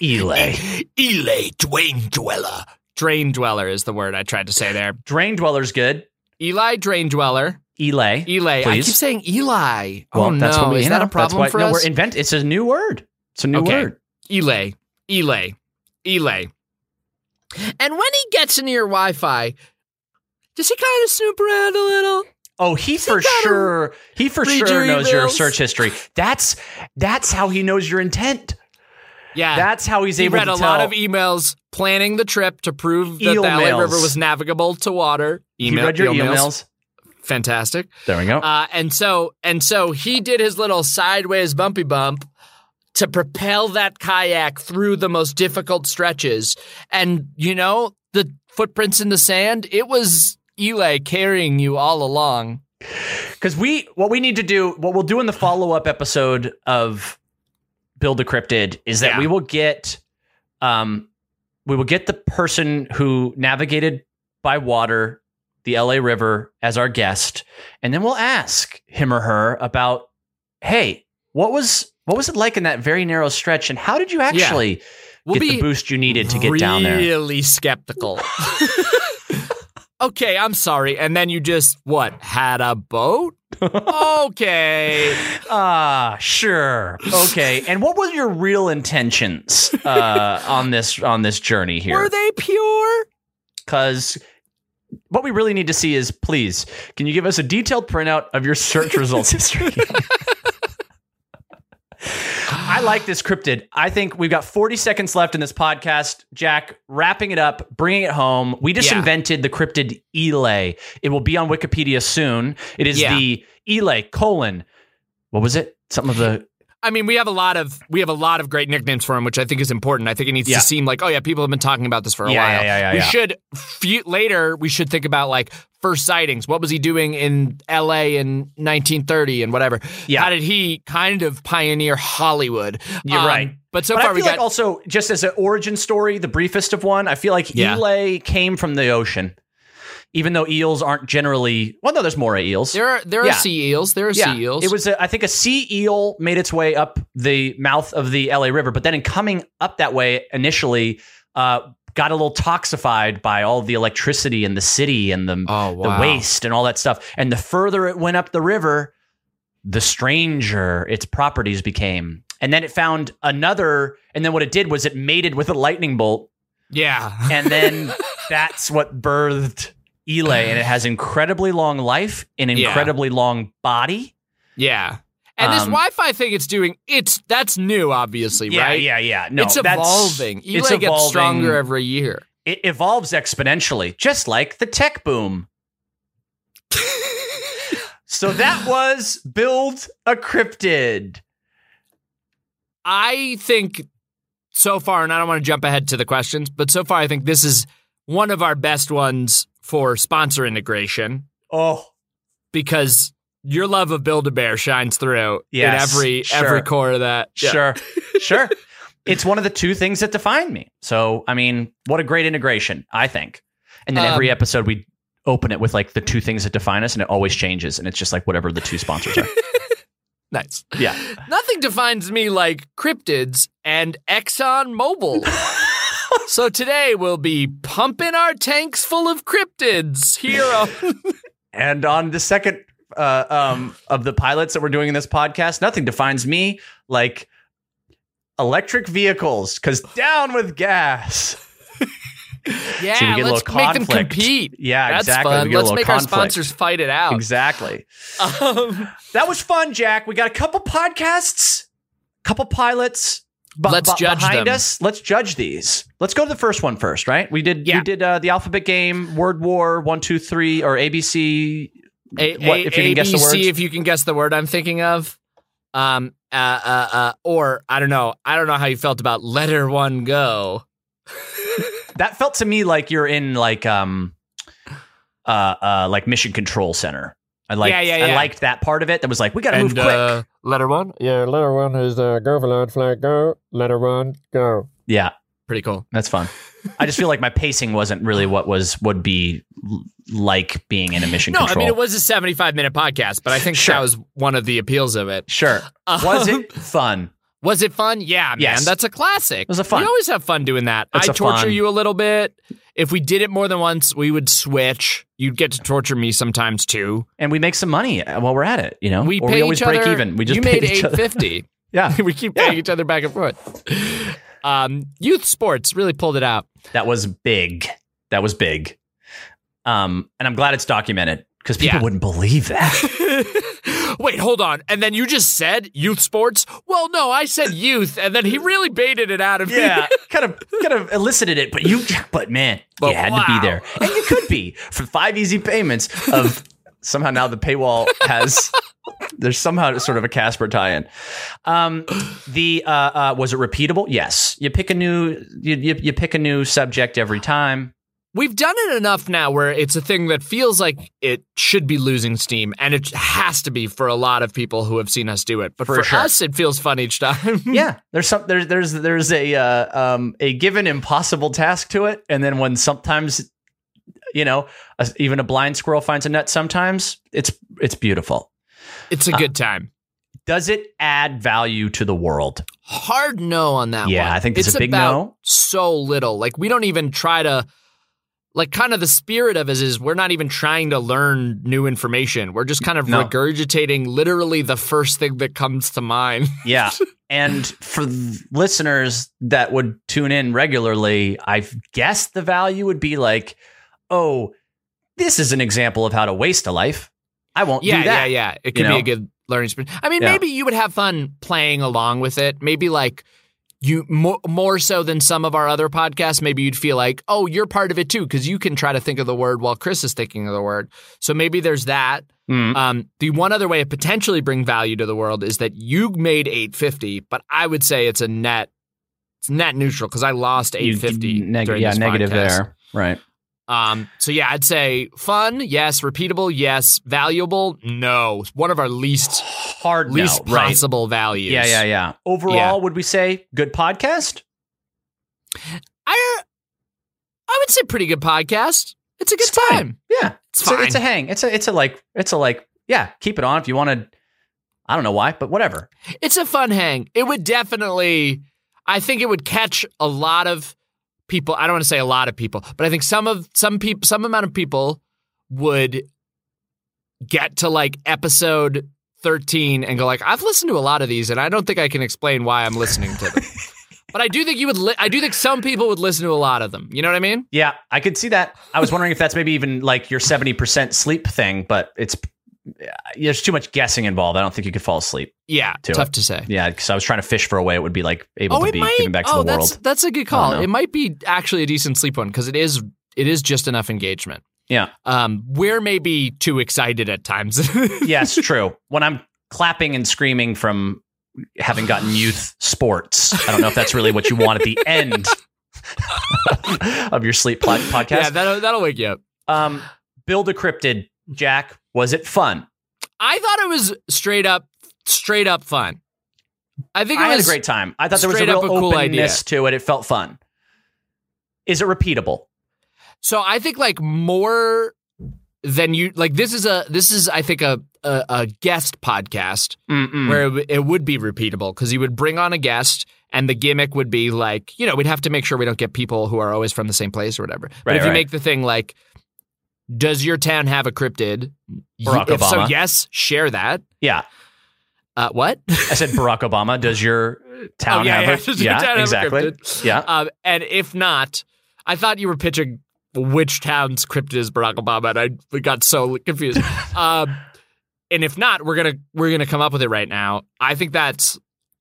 S1: Elay.
S2: Elay Dwayne Dweller. Drain Dweller is the word I tried to say there.
S1: Drain Dweller's good.
S2: Eli Drain Dweller.
S1: Elay.
S2: Elay. I keep
S1: Please.
S2: saying Eli. E- oh
S1: Well,
S2: no,
S1: that's what we,
S2: is
S1: you
S2: that
S1: know,
S2: a
S1: that's
S2: problem
S1: why-
S2: for
S1: no,
S2: us?
S1: We're invent. It's a new word. It's a new
S2: Okay.
S1: word.
S2: Elay. Elay. Elay. And when he gets into your Wi-Fi, does he kind of snoop around a little?
S1: Oh, he for
S2: gotta
S1: sure. He for
S2: read
S1: sure
S2: your
S1: knows your
S2: emails.
S1: search history. That's that's how he knows your intent.
S2: Yeah.
S1: That's how he's
S2: Ah. he
S1: able
S2: read
S1: to
S2: a
S1: tell.
S2: lot of e- emails planning the trip to prove that
S1: Eel
S2: the LA
S1: mails.
S2: River was navigable to water.
S1: he read your
S2: eel
S1: emails.
S2: mails. Fantastic.
S1: There we go.
S2: Uh, and so and so he did his little sideways bumpy bump to propel that kayak through the most difficult stretches. And you know, the footprints in the sand, it was Eli carrying you all along.
S1: Because we what we need to do, what we'll do in the follow up episode of Build a Cryptid is that
S2: Yeah.
S1: we will get, um, we will get the person who navigated by water the L.A. River as our guest, and then we'll ask him or her about, hey, what was what was it like in that very narrow stretch, and how did you actually
S2: We'll
S1: get
S2: be
S1: the boost you needed to get down there?
S2: Really skeptical. okay, I'm sorry. And then you just what? Had a boat? okay.
S1: Ah, sure, okay. And what were your real intentions uh, on this on this journey here?
S2: Were they pure?
S1: because what we really need to see is please can you give us a detailed printout of your search results history i like this cryptid i think we've got 40 seconds left in this podcast jack wrapping it up bringing it home we just
S2: Yeah.
S1: invented the cryptid elay it will be on wikipedia soon it is
S2: Yeah.
S1: the elay colon what was it something of the
S2: I mean, we have a lot of we have a lot of great nicknames for him, which I think is important. I think it needs
S1: Yeah.
S2: to seem like, oh yeah, people have been talking about this for a
S1: Yeah,
S2: while.
S1: yeah, yeah, yeah,
S2: we
S1: yeah.
S2: should few, later we should think about like first sightings. What was he doing in L.A. in 1930 and whatever?
S1: Yeah.
S2: how did he kind of pioneer Hollywood? Um,
S1: You're right.
S2: but so
S1: but
S2: far
S1: I
S2: we
S1: feel
S2: got
S1: like also just as an origin story, the briefest of one. I feel like
S2: Yeah.
S1: Elay came from the ocean, even though eels aren't generally. Well, no, there's moray eels.
S2: there are there are
S1: Yeah.
S2: sea eels. There are sea eels.
S1: It was, a, I think, a sea eel made its way up the mouth of the LA River, but then in coming up that way initially, uh, got a little toxified by all the electricity in the city and the,
S2: oh wow.
S1: the waste and all that stuff. And the further it went up the river, the stranger its properties became. And then it found another, and then what it did was it mated with a lightning bolt,
S2: Yeah.
S1: and then that's what birthed Elay. And it has incredibly long life, an
S2: Yeah.
S1: incredibly long body.
S2: Yeah. And this
S1: Um,
S2: Wi-Fi thing it's doing, it's that's new, obviously,
S1: yeah,
S2: right?
S1: Yeah, yeah, No,
S2: it's
S1: that's-
S2: evolving. Elay gets
S1: evolving.
S2: stronger every year.
S1: It evolves exponentially, just like the tech boom. so that was build a cryptid.
S2: I think so far, and I don't want to jump ahead to the questions, but so far I think this is one of our best ones for sponsor integration
S1: Oh,
S2: because your love of Build a Bear shines through
S1: Yes,
S2: in every
S1: sure.
S2: every core of that. Yeah.
S1: sure, sure. It's one of the two things that define me. So, I mean, what a great integration, I think. And then
S2: Um,
S1: every episode we open it with like the two things that define us, and it always changes, and it's just like whatever the two sponsors are.
S2: Nice.
S1: yeah.
S2: Nothing defines me like cryptids and Exxon Mobil. so today we'll be pumping our tanks full of cryptids here on
S1: And on the second uh, um, of the pilots that we're doing in this podcast, nothing defines me like electric vehicles, because down with gas.
S2: Yeah,
S1: See, we get a
S2: let's
S1: little
S2: make them
S1: conflict.
S2: compete.
S1: Yeah,
S2: That's
S1: exactly.
S2: fun.
S1: We get a
S2: Let's
S1: little
S2: make
S1: conflict.
S2: our sponsors fight it out.
S1: Exactly.
S2: Um,
S1: That was fun, Jack. We got a couple podcasts, couple pilots. bu-
S2: Let's
S1: bu-
S2: judge
S1: behind
S2: them.
S1: us. Let's judge these. Let's go to the first one first, right? We did.
S2: Yeah.
S1: We did uh, the alphabet game, word war, one, two, three, or ABC.
S2: a,
S1: What,
S2: a-
S1: if you can guess the
S2: ABC,
S1: words?
S2: if you can guess the word I'm thinking of. Um, uh, uh, uh, or I don't know. I don't know how you felt about letter one go.
S1: That felt to me like you're in like um, uh, uh, like mission control center. I like.
S2: Yeah, yeah,
S1: I
S2: yeah.
S1: liked that part of it. That was like we got to move quick.
S2: uh, letter one,
S3: Yeah, letter one is the go for line flag go. Letter one go.
S1: yeah,
S2: pretty cool.
S1: that's fun. I just feel like my pacing wasn't really what was would be l- like being in a mission
S2: No,
S1: control.
S2: I mean it was a 75 minute podcast, but I think
S1: Sure.
S2: that was one of the appeals of it.
S1: sure. Was
S2: Um,
S1: it fun?
S2: Was it fun? Yeah, man.
S1: Yes.
S2: That's a classic.
S1: It was a fun.
S2: We always have fun doing that.
S1: It's
S2: I
S1: a
S2: torture
S1: fun.
S2: you a little bit. If we did it more than once, we would switch. You'd get to torture me sometimes too.
S1: and we make some money uh, while we're at it. You know,
S2: We
S1: or
S2: pay
S1: we always
S2: each
S1: break
S2: other.
S1: even. We just
S2: you
S1: pay
S2: made
S1: each
S2: eight
S1: other.
S2: fifty.
S1: Yeah,
S2: we keep paying each other back and forth. Um, youth sports really pulled it out.
S1: that was big. That was big. Um, and I'm glad it's documented because people
S2: Yeah.
S1: wouldn't believe that.
S2: Wait, hold on. And then you just said youth sports? Well, no, I said youth, and then he really baited it out of me.
S1: kind of, kind of elicited it, but you, but man,
S2: But
S1: you had to
S2: wow.
S1: be there, and you could be for five easy payments of somehow now the paywall has. There's somehow sort of a Casper tie-in. Um, the uh, uh, was it repeatable? Yes, you pick a new you, you you pick a new subject every time.
S2: We've done it enough now where it's a thing that feels like it should be losing steam, and it has to be for a lot of people who have seen us do it. But for,
S1: For sure.
S2: us, it feels fun each time.
S1: yeah there's some there's there's there's a uh, um a given impossible task to it and then when sometimes you know a, even a blind squirrel finds a nut sometimes it's it's beautiful
S2: it's a good time.
S1: does it add value to the world
S2: Hard no on that
S1: yeah
S2: one.
S1: i think that's
S2: it's
S1: a big
S2: about
S1: no
S2: so little. Like we don't even try to like kind of the spirit of it is we're not even trying to learn new information. We're just kind of
S1: No.
S2: regurgitating literally the first thing that comes to mind.
S1: yeah and for th- listeners that would tune in regularly i guess the value would be like oh this is an example of how to waste a life i won't
S2: yeah,
S1: do that
S2: yeah, yeah. It could
S1: know?
S2: be a good learning experience. I mean,
S1: Yeah.
S2: maybe you would have fun playing along with it. Maybe like you more, more so than some of our other podcasts, maybe you'd feel like, oh, you're part of it too, because you can try to think of the word while Chris is thinking of the word. So maybe there's that.
S1: Hmm. Mm-hmm.
S2: Um, the one other way of potentially bring value to the world is that you made 850, but I would say it's a net, it's net neutral because I lost 850. during
S1: yeah,
S2: this
S1: negative
S2: podcast.
S1: there. Right.
S2: Um, so yeah, I'd say fun, yes. Repeatable, yes. Valuable, no. One of our least
S1: Hard
S2: least
S1: no, right.
S2: possible values.
S1: Yeah, yeah, yeah. Overall,
S2: Yeah.
S1: would we say good podcast?
S2: I uh, I would say pretty good podcast. It's a good
S1: It's fine.
S2: time.
S1: Yeah.
S2: It's
S1: So
S2: fine.
S1: it's a hang. It's a it's a like it's a like yeah, keep it on if you want to I don't know why, but whatever.
S2: it's a fun hang. It would definitely, I think it would catch a lot of people. I don't want to say a lot of people, but I think some of some people, some amount of people would get to like episode thirteen and go like, I've listened to a lot of these, and I don't think I can explain why I'm listening to them. but I do think you would. Li- I do think some people would listen to a lot of them. You know what I mean?
S1: Yeah, I could see that. I was wondering if that's maybe even like your 70% sleep thing, but it's there's too much guessing involved. I don't think you could fall asleep.
S2: Yeah,
S1: To
S2: tough to say.
S1: Yeah, because I was trying to fish for a way it would be like able
S2: Oh,
S1: to
S2: it
S1: be
S2: might.
S1: given back to
S2: oh,
S1: the
S2: that's
S1: world.
S2: that's a good call.
S1: know.
S2: It might be actually a decent sleep one because it is it is just enough engagement.
S1: Yeah.
S2: Um, we're maybe too excited at times.
S1: yes, true. When I'm clapping and screaming from having gotten youth sports, I don't know if that's really what you want at the end of your sleep pod- podcast.
S2: yeah, that'll that'll wake you up.
S1: um, build a cryptid, Jack. Was it fun?
S2: I thought it was straight up straight up fun. I think it
S1: I had a
S2: was
S1: great time. I thought there was a
S2: straight
S1: real
S2: up a cool
S1: openness to it. It felt fun. Is it repeatable?
S2: So I think like more than you like this is a this is I think a a, a guest podcast
S1: Mm-mm.
S2: where it, w- it would be repeatable because you would bring on a guest and the gimmick would be like you know we'd have to make sure we don't get people who are always from the same place or whatever but
S1: Right,
S2: if you
S1: right.
S2: make the thing like does your town have a cryptid
S1: Barack
S2: if so
S1: Obama.
S2: yes share that
S1: yeah,
S2: uh, what
S1: I said Barack Obama. Does your town
S2: Oh, yeah, yeah.
S1: have a
S2: Does your town have a
S1: exactly?
S2: cryptid?
S1: Yeah.
S2: um, and if not i thought you were pitching which town's cryptid is barack obama and i we got so confused um, and if not we're gonna we're gonna come up with it right now i think that's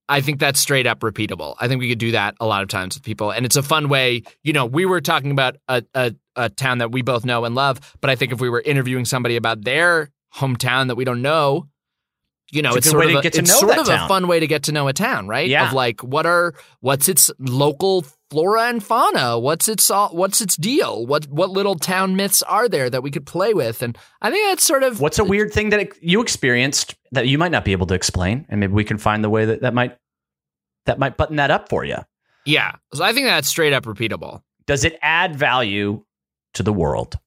S2: i think that's straight up repeatable i think we could do that a lot of times with people and it's a fun way you know we were talking about a, a, a town that we both know and love but i think if we were interviewing somebody about their hometown that we don't know you know
S1: It's a
S2: it's,
S1: good
S2: sort
S1: way
S2: of
S1: to
S2: a,
S1: get to
S2: it's
S1: know
S2: sort
S1: that
S2: of a
S1: town.
S2: fun way to get to know a town right
S1: Yeah.
S2: of like what are what's its local flora and fauna what's its uh, what's its deal what what little town myths are there that we could play with and i think that's sort of
S1: What's a weird thing that you experienced that you might not be able to explain, and maybe we can find the way that that might that might button that up for you.
S2: yeah so i think that's straight up repeatable
S1: Does it add value to the world?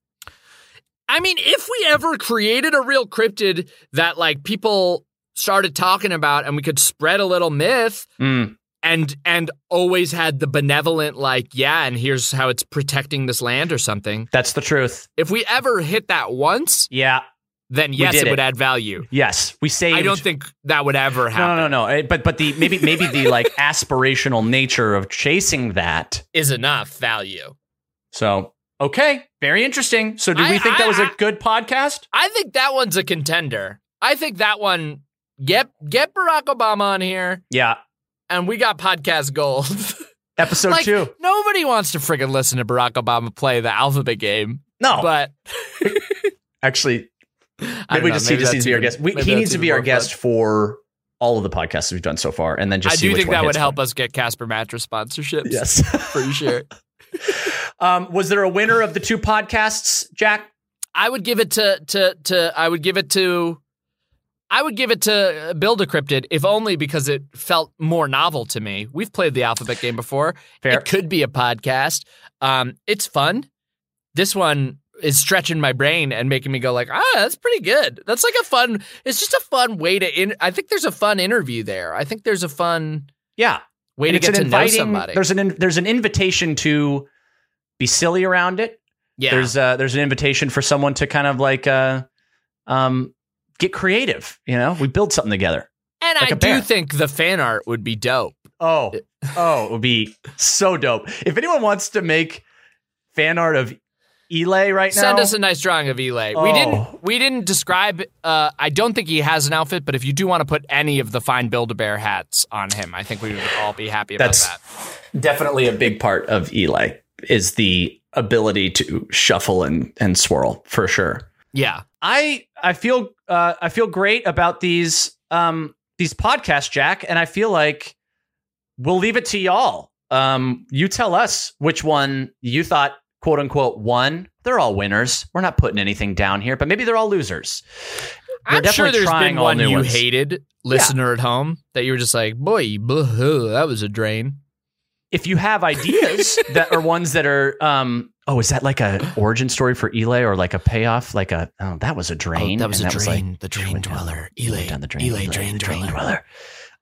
S2: I mean, if we ever created a real cryptid that like people started talking about and we could spread a little myth
S1: Mm,
S2: and and always had the benevolent like, yeah, and here's how it's protecting this land or something.
S1: that's the truth.
S2: If we ever hit that once,
S1: Yeah.
S2: then yes,
S1: did
S2: it, would
S1: it.
S2: add value.
S1: Yes. We saved.
S2: I don't think that would ever happen.
S1: No, no, no, no. Eh, But but the maybe maybe the like aspirational nature of chasing that.
S2: Is enough value.
S1: So okay, very interesting. So did
S2: I-
S1: we think that was a
S2: I- I-
S1: good podcast?
S2: I think that one's a contender. I think that one get get Barack Obama on here
S1: Yeah.
S2: and we got podcast gold.
S1: Episode
S2: like,
S1: two.
S2: Nobody wants to friggin' listen to Barack Obama play the alphabet game,
S1: No,
S2: but
S1: actually, Oh.
S2: I
S1: Maybe
S2: don't
S1: we
S2: know,
S1: just
S2: maybe
S1: he just
S2: that's
S1: needs to be our
S2: even-
S1: guest. We,
S2: maybe
S1: he
S2: that's
S1: needs to
S2: even
S1: be our
S2: more
S1: guest for all of the podcasts we've done so far, and then
S2: fun.
S1: just
S2: I
S1: see
S2: do
S1: which
S2: think
S1: one
S2: that would
S1: hits
S2: help us get Casper mattress sponsorships.
S1: Yes.
S2: pretty sure.
S1: um, was there a winner of the two podcasts, Jack?
S2: I would give it to to to. I would give it to. I would give it to uh, Build a Cryptid, if only because it felt more novel to me. We've played the alphabet game before.
S1: Fair.
S2: It could be a podcast. Um, it's fun. This one is stretching my brain and making me go like, ah, that's pretty good. That's like a fun. It's just a fun way to. In- I think there's a fun interview there. I think there's a fun
S1: Yeah.
S2: way
S1: And
S2: to get to know somebody.
S1: There's an in, there's an invitation to be silly around it.
S2: yeah,
S1: There's uh, there's an invitation for someone to kind of like uh, um, get creative. You know, we build something together.
S2: and
S1: like
S2: I
S1: a bear.
S2: do think the fan art would be dope.
S1: Oh, oh, it would be so dope. If anyone wants to make fan art of Elay right now?
S2: Send us a nice drawing of Elay. We
S1: Oh.
S2: didn't we didn't describe uh, I don't think he has an outfit, but if you do want to put any of the fine Build-A-Bear hats on him, I think we would all be happy about
S1: That's-
S2: that.
S1: Definitely a big part of Elay is the ability to shuffle and and swirl for sure.
S2: Yeah.
S1: I I feel uh, I feel great about these um, these podcasts, Jack, and I feel like we'll leave it to y'all. Um, you tell us which one you thought quote unquote won. They're all winners. We're not putting anything down here, but maybe they're all losers. They're
S2: I'm sure
S1: definitely
S2: there's
S1: trying
S2: been
S1: all
S2: one
S1: new
S2: you
S1: ones.
S2: hated, listener at home, that you were just like, boy, boo-hoo, that was a drain.
S1: If you have ideas that are ones that are um, oh, is that like a origin story for Elay or like a payoff? Like a oh, that was a drain.
S2: that was
S1: and
S2: a
S1: like-
S2: drain. the drain
S1: went down-
S2: dweller.
S1: Elay
S2: Elay.
S1: down the drain,
S2: Elay,
S1: Elay,
S2: drain
S1: the drain
S2: dweller.
S1: dweller.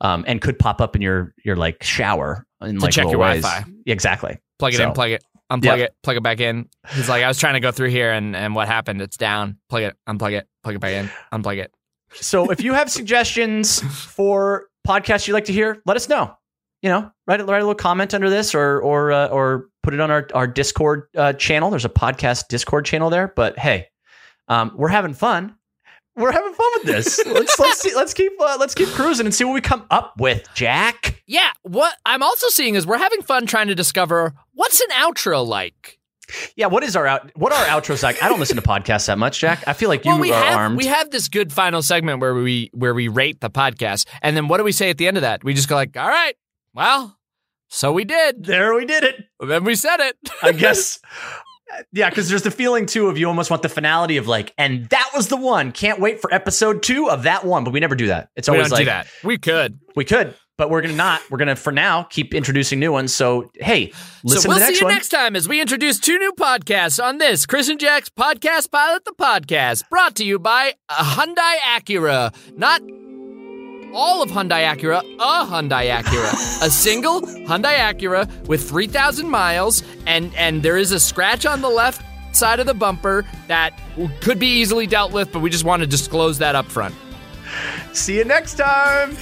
S1: Um, and could pop up in your your like shower in like
S2: check
S1: little
S2: your
S1: ways.
S2: Wi-Fi.
S1: Exactly.
S2: Plug it
S1: So-
S2: in, plug it, unplug it, plug it back in. He's like, I was trying to go through here and, and what happened? It's down. Plug it, unplug it, plug it back in, unplug it.
S1: So if you have suggestions for podcasts you'd like to hear, let us know. You know, write a, write a little comment under this, or or uh, or put it on our our Discord uh, channel. There's a podcast Discord channel there. But hey, um, we're having fun. We're having fun with this. let's let's see, let's keep uh, let's keep cruising and see what we come up with, Jack.
S2: Yeah, what I'm also seeing is we're having fun trying to discover what's an outro like.
S1: Yeah, what is our out? What are outros like? I don't listen to podcasts that much, Jack. I feel like you
S2: well, we
S1: are
S2: have
S1: armed.
S2: we have this good final segment where we where we rate the podcast, and then what do we say at the end of that? We just go like, "All right, well, so we did.
S1: there, we did it.
S2: Then we said it."
S1: I guess. Yeah, because there's the feeling too of you almost want the finality of like, and that was the one. Can't wait for episode two of that one, but we never do that. It's
S2: we
S1: always
S2: don't
S1: like
S2: do that. We could.
S1: we could, but we're gonna not. We're gonna for now keep introducing new ones. So hey, listen
S2: so we'll
S1: to the next
S2: see you
S1: one.
S2: next time as we introduce two new podcasts on this Chris and Jack's Podcast Pilot the Podcast, brought to you by uh, Hyundai Acura. Not all of Hyundai Acura, a Hyundai Acura. a single Hyundai Acura with 3,000 miles, and, and there is a scratch on the left side of the bumper that could be easily dealt with, but we just want to disclose that up front.
S1: see you next time.